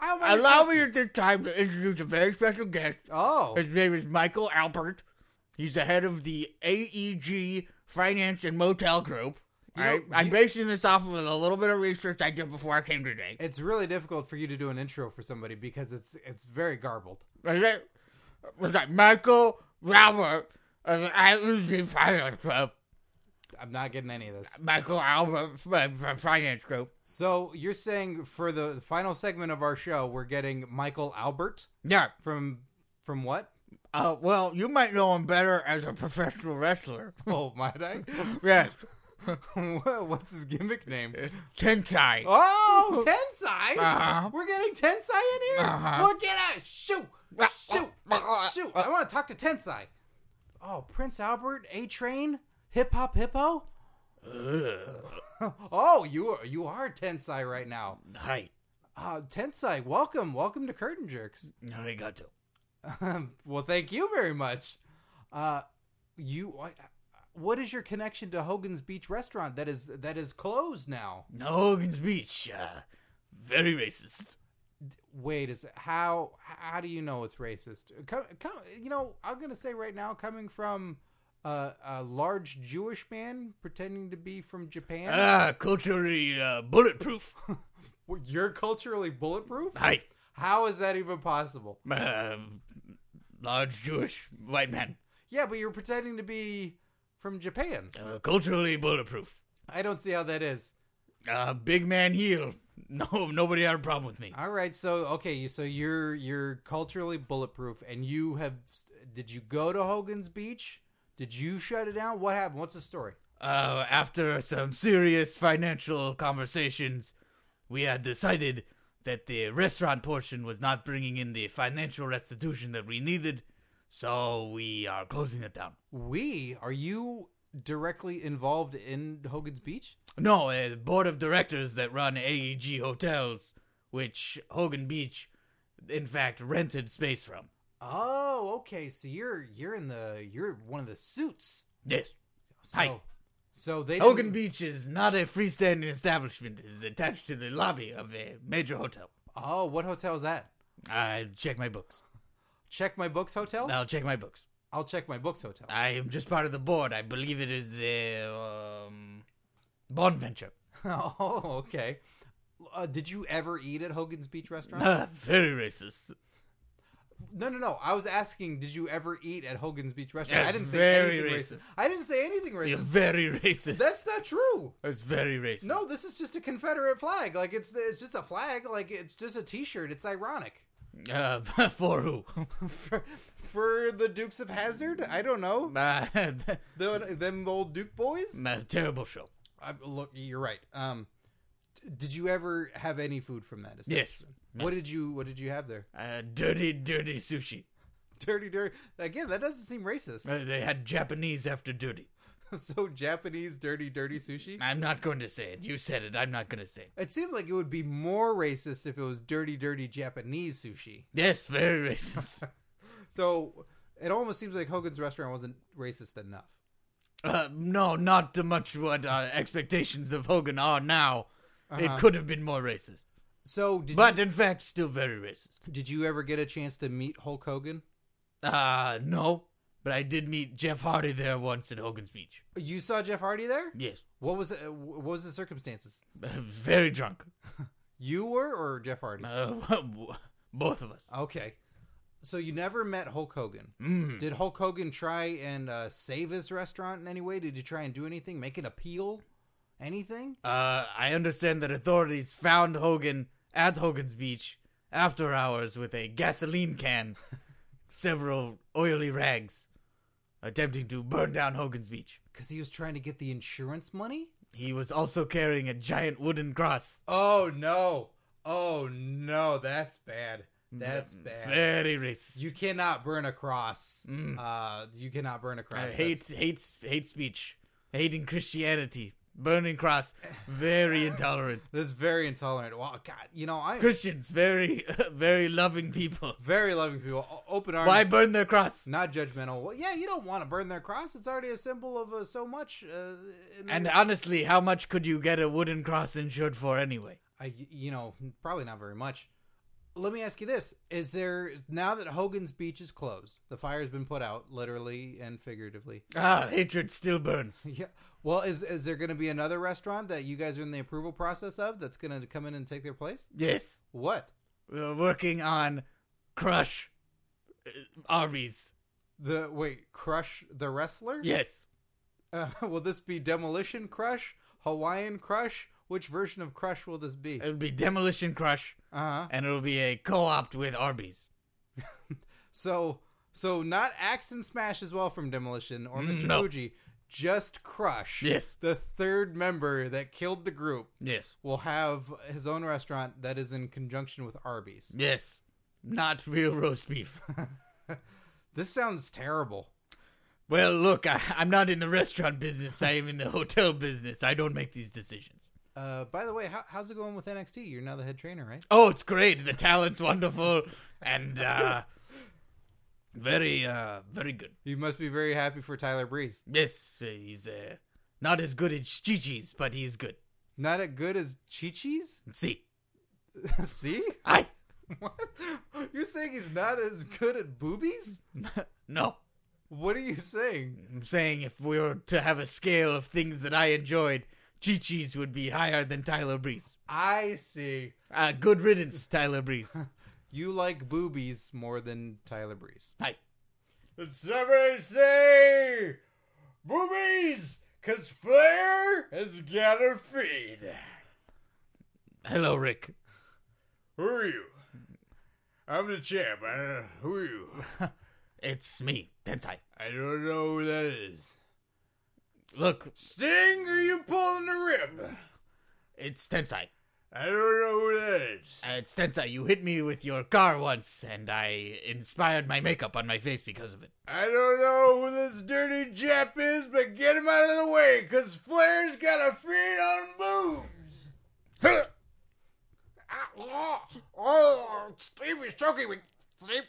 A: I wanna
B: Allow
A: just-
B: me at this time to introduce a very special guest.
A: Oh,
B: His name is Michael Alpert. He's the head of the AEG Finance and Motel Group.
A: You
B: All right?
A: know,
B: I'm
A: you-
B: basing this off of a little bit of research I did before I came today.
A: it's really difficult for you to do an intro for somebody because it's it's very garbled.
B: Was that, was that Michael Albert of the IEG Finance Group?
A: I'm not getting any of this.
B: Michael Albert from from Finance Group.
A: So you're saying for the final segment of our show, we're getting Michael Albert
B: Yeah.
A: from from what?
B: Uh, well, you might know him better as a professional wrestler.
A: Oh, might I?
B: yes.
A: Wha- What's his gimmick name?
B: Tensai.
A: Oh, Tensai!
B: Uh-huh.
A: We're getting Tensai in here.
B: Uh-huh.
A: Look at us! Shoot, shoot, shoot! I want to talk to Tensai. Oh, Prince Albert, A Train, Hip Hop Hippo. oh, you are you are Tensai right now.
B: Hi.
A: Uh, Tensai, welcome, welcome to Curtain Jerks.
B: Arigato.
A: Um, well, thank you very much. Uh, you, I- what is your connection to Hogan's Beach Restaurant that is that is closed now?
B: Now, Hogan's Beach. Uh, very racist.
A: Wait, is how how do you know it's racist? Come, come, you know, I'm gonna say right now, coming from uh, a large Jewish man pretending to be from Japan,
B: Ah, culturally uh, bulletproof.
A: Well, you're culturally bulletproof.
B: Hi.
A: How is that even possible?
B: Um, large Jewish white man.
A: Yeah, but you're pretending to be from Japan.
B: Uh, culturally bulletproof.
A: I don't see how that is.
B: Uh, big man heel. No, nobody had a problem with me.
A: All right, so okay, you- so you're you're culturally bulletproof, and you have. Did you go to Hogan's Beach? Did you shut it down? What happened? What's the story?
B: Uh, after some serious financial conversations, we had decided that the restaurant portion was not bringing in the financial restitution that we needed, so we are closing it down.
A: We are you directly involved in Hogan's Beach?
B: No, uh, the board of directors that run AEG Hotels, which Hogan Beach, in fact, rented space from.
A: Oh, okay. So you're you're in the you're one of the suits.
B: Yes.
A: So,
B: Hi.
A: So they
B: Hogan
A: didn't-
B: Beach is not a freestanding establishment. It is attached to the lobby of a major hotel.
A: Oh, what hotel is that?
B: I check my books.
A: Check my books hotel.
B: I'll check my books.
A: I'll check my books hotel.
B: I am just part of the board. I believe it is the um, Bon Venture.
A: oh, okay. Uh, did you ever eat at Hogan's Beach restaurant?
B: Ah, very racist.
A: No, no, no. I was asking, did you ever eat at Hogan's Beach restaurant?
B: Yeah,
A: I didn't say
B: very
A: anything
B: racist.
A: racist. I didn't say anything
B: You're
A: racist.
B: very racist.
A: That's not true.
B: That's very racist.
A: No, this is just a Confederate flag. Like it's it's just a flag. Like it's just a T-shirt. It's ironic.
B: Uh, for who?
A: for, for the Dukes of Hazard, I don't know
B: uh,
A: the, them old Duke boys.
B: a terrible show.
A: I, look, you're right. Um, d- did you ever have any food from that?
B: Yes.
A: establishment? What did you What did you have there?
B: Uh, dirty, dirty sushi.
A: Dirty, dirty. Again, that doesn't seem racist.
B: Uh, they had Japanese after dirty.
A: so Japanese dirty, dirty sushi.
B: I'm not going to say it. You said it. I'm not going to say it.
A: It seemed like it would be more racist if it was dirty, dirty Japanese sushi.
B: Yes, very racist.
A: So it almost seems like Hogan's restaurant wasn't racist enough.
B: Uh, no, not much what uh, expectations of Hogan are now. It could have been more racist.
A: So did
B: But in fact, still very racist.
A: you, did you ever get a chance to meet Hulk Hogan?
B: Uh, no. But I did meet Jeff Hardy there once at Hogan's Beach.
A: You saw Jeff Hardy there.
B: Yes. Uh,
A: What was uh, what was the circumstances?
B: Very drunk.
A: You were or Jeff Hardy?
B: Uh, both of us.
A: Okay. So you never met Hulk Hogan. Mm. Did Hulk Hogan try and uh, save his restaurant in any way? Did he try and do anything? Make an appeal? Anything?
B: Uh, I understand that authorities found Hogan at Hogan's Beach after hours with a gasoline can, several oily rags, attempting to burn down Hogan's Beach.
A: Because he was trying to get the insurance money?
B: He was also carrying a giant wooden cross.
A: Oh, no. Oh, no. That's bad. That's
B: Mm. Very racist.
A: You cannot burn a cross. Uh, you cannot burn a cross.
B: I
A: That's-
B: hate hates hate speech, hating Christianity, burning cross. Very intolerant.
A: That's very intolerant. Well, God, you know, I'm
B: Christians, very very loving people.
A: very loving people. O- Open arms.
B: Why burn their cross?
A: not judgmental. Well, yeah, you don't want to burn their cross. It's already a symbol of uh, so much. Uh, in
B: And
A: their-
B: honestly, how much could you get a wooden cross insured for anyway?
A: I, you know, probably not very much. Let me ask you this: Is there now that Hogan's Beach is closed, the fire's been put out, literally and figuratively?
B: Ah, hatred still burns.
A: Yeah. Well, is is there going to be another restaurant that you guys are in the approval process of that's going to come in and take their place?
B: Yes,
A: What?
B: we're working on crush uh, Arby's.
A: The wait, Crush the wrestler?
B: Yes,
A: Uh, will this be Demolition Crush, Hawaiian Crush? Which version of Crush will this be? Uh-huh. Uh
B: it'll be demolition crush,
A: huh.
B: and it'll be a co-opt with Arby's.
A: So so not Axe and Smash as well from Demolition or Mr.
B: no.
A: Fuji, just Crush.
B: Yes.
A: The third member that killed the group
B: Yes,
A: will have his own restaurant that is in conjunction with Arby's.
B: yes, not real roast beef.
A: This sounds terrible.
B: Well, look, I, I'm not in the restaurant business. I am in the hotel business. I don't make these decisions.
A: Uh, by the way, how, how's it going with NXT? You're now the head trainer, right?
B: Oh, it's great. The talent's wonderful, and uh, very, uh, very good.
A: You must be very happy for Tyler Breeze.
B: Yes, he's uh, not as good as Chi-Chi's, but he's good.
A: Not as good as Chi-Chi's?
B: See,
A: See?
B: I
A: What? You're saying he's not as good at boobies?
B: no.
A: What are you saying?
B: I'm saying if we were to have a scale of things that I enjoyed, Chi-Chi's would be higher than Tyler Breeze.
A: I see.
B: Uh, good riddance, Tyler Breeze.
A: You like boobies more than Tyler Breeze.
B: Hi.
D: Did somebody say boobies? Cause Flair has got a feed.
B: Hello, Rick.
D: Who are you? I'm the champ. I don't know. Who are you?
B: It's me, Pentai.
D: I don't know who that is.
B: Look,
D: Sting, are you pulling the rib?
B: it's Tensai.
D: I don't know who that is.
B: Uh, Stenza, you hit me with your car once, and I inspired my makeup on my face because of it.
D: I don't know who this dirty Jap is, but get him out of the way, cause Flair's got a feed on boobs. oh, oh, Steve is choking me. Steve,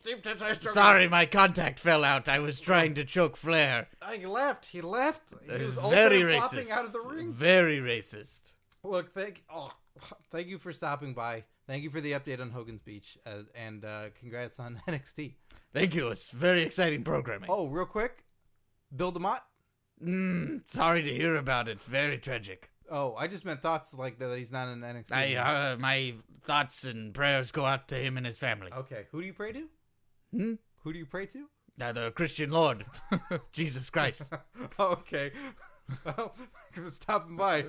D: Steve, that's I choking.
B: Sorry, my contact fell out. I was trying to choke Flair.
A: I left. He left. He
B: That is
A: was
B: very
A: open and flopping
B: racist.
A: out of the ring.
B: Very racist.
A: Look, thank oh, thank you for stopping by. Thank you for the update on Hogan's Beach, uh, and uh, congrats on NXT.
B: Thank you. It's very exciting programming.
A: Oh, real quick, Bill Demott.
B: Mm, sorry to hear about it. Very tragic.
A: Oh, I just meant thoughts like that. He's not in NXT.
B: I, uh, my thoughts and prayers go out to him and his family.
A: okay, who do you pray to?
B: Hmm?
A: Who do you pray to?
B: Uh, the Christian Lord, Jesus Christ.
A: okay, well, stopping by,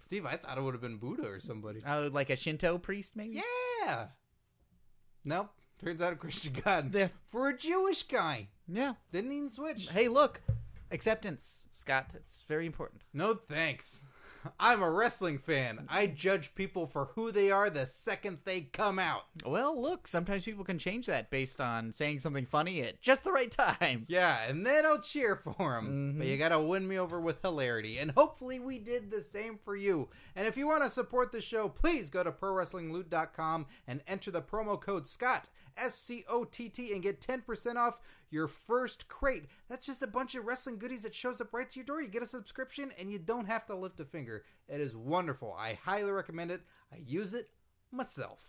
A: Steve. I thought it would have been Buddha or somebody.
B: Oh, like a Shinto priest, maybe?
A: Yeah. Nope. Turns out a Christian God
B: Yeah.
A: for a Jewish guy
B: Yeah.
A: didn't even switch.
B: Hey, look. Acceptance, Scott. It's very important.
A: No thanks. I'm a wrestling fan. I judge people for who they are the second they come out.
B: Well, look, sometimes people can change that based on saying something funny at just the right time.
A: Yeah, and then I'll cheer for them. But you gotta win me over with hilarity. And hopefully, we did the same for you. And if you wanna support the show, please go to prowrestlingloot.com and enter the promo code SCOTT, S C O T T, and get 10% off your first crate. That's just a bunch of wrestling goodies that shows up right to your door. You get a subscription and you don't have to lift a finger. It is wonderful. I highly recommend it. I use it myself.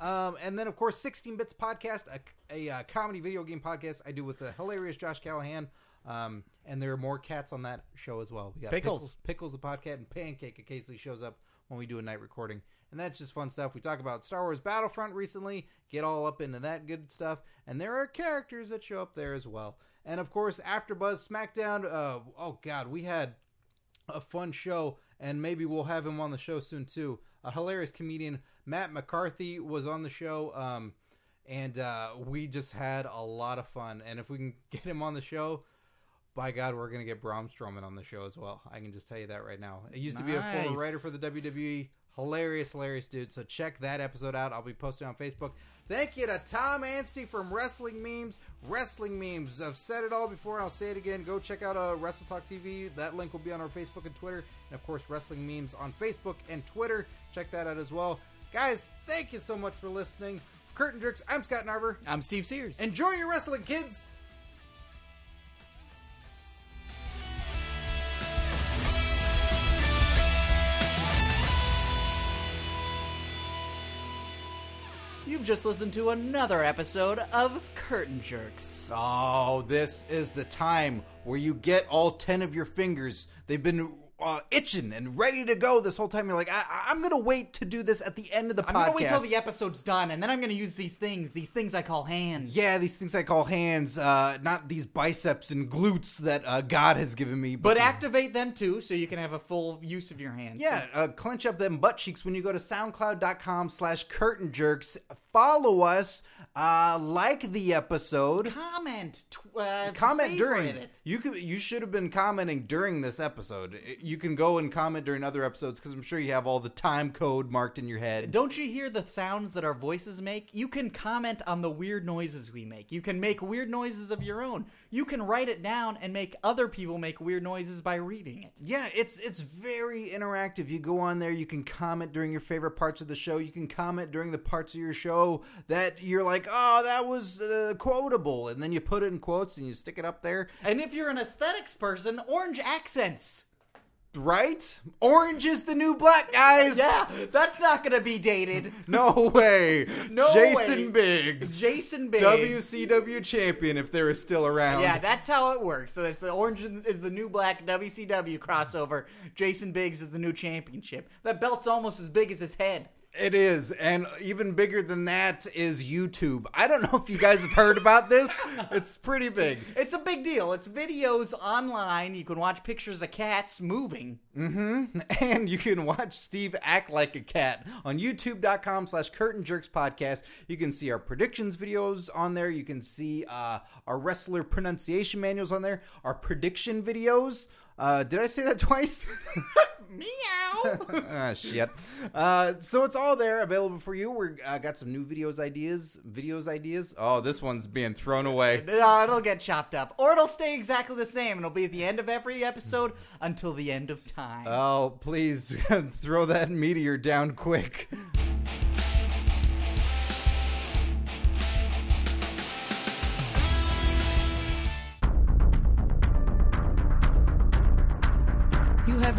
A: Um, and then, of course, 16 Bits Podcast, a, a, uh comedy video game podcast I do with the hilarious Josh Callahan. Um, and there are more cats on that show as well. We got
B: Pickles.
A: Pickles, the podcast, and Pancake occasionally shows up when we do a night recording. And that's just fun stuff. We talk about Star Wars Battlefront recently, get all up into that good stuff. And there are characters that show up there as well. And of course, After Buzz SmackDown, uh, oh God, we had a fun show, and maybe we'll have him on the show soon too. A hilarious comedian, Matt McCarthy, was on the show, um, and uh, we just had a lot of fun. And if we can get him on the show, by God, we're gonna get Braun Strowman on the show as well. I can just tell you that right now. It used to be a
B: Nice.
A: former writer for the WWE. Hilarious, hilarious dude. So check that episode out. I'll be posting on Facebook. Thank you to Tom Anstey from Wrestling Memes. Wrestling Memes. I've said it all before. and I'll say it again. Go check out uh, Wrestle Talk TV. That link will be on our Facebook and Twitter. And of course, Wrestling Memes on Facebook and Twitter. Check that out as well. Guys, thank you so much for listening. For Curtain Jerks, I'm Scott Narver.
B: I'm Steve Sears.
A: Enjoy your wrestling, kids!
B: You've just listened to another episode of Curtain Jerks.
A: Oh, this is the time where you get all 10 of your fingers. They've been uh, itching and ready to go this whole time. You're like, I- I- I'm going to wait to do this at the end of the
B: I'm
A: podcast.
B: gonna wait till the episode's done, and then I'm gonna use these things, these things I call hands.
A: yeah, these things I call hands, uh, not these biceps and glutes that uh, God has given me.
B: But activate them too, so you can have a full use of your hands.
A: Yeah, uh, clench up them butt cheeks when you go to soundcloud.com slash curtain jerks. Follow us, uh, like the episode.
B: Comment. Tw- uh,
A: comment
B: favorite
A: during
B: it.
A: you could you should have been commenting during this episode I- you can go and comment during other episodes because i'm sure you have all the time code marked in your head
B: Don't you hear the sounds that our voices make? You can comment on the weird noises we make. You can make weird noises of your own. You can write it down and make other people make weird noises by reading it.
A: yeah it's it's very interactive you go on there you can comment during your favorite parts of the show you can comment during the parts of your show that you're like oh that was uh, quotable and then you put it in quotes and you stick it up there
B: And if you're an aesthetics person, orange accents.
A: right orange is the new black guys
B: Yeah, that's not going to be dated.
A: no way
B: No
A: jason
B: way.
A: biggs
B: Jason Biggs.
A: WCW champion, if there is still around.
B: Yeah, that's how it works. So it's the orange is the new black WCW crossover. Jason Biggs is the new championship. That belt's almost as big as his head.
A: It is, and even bigger than that is YouTube. I don't know if you guys have heard about this. It's pretty big.
B: It's a big deal. It's videos online. You can watch pictures of cats moving.
A: And you can watch Steve act like a cat on youtube.com slash curtain jerks podcast. You can see our predictions videos on there. You can see uh, our wrestler pronunciation manuals on there, our prediction videos. Uh, did I say that twice?
E: Meow.
A: ah, shit. Uh, so it's all there available for you. We're uh, got some new videos ideas. Videos ideas. Oh, this one's being thrown away.
E: No, it'll get chopped up, or it'll stay exactly the same, and it'll be at the end of every episode until the end of time.
A: Oh, please throw that meteor down quick.
F: You have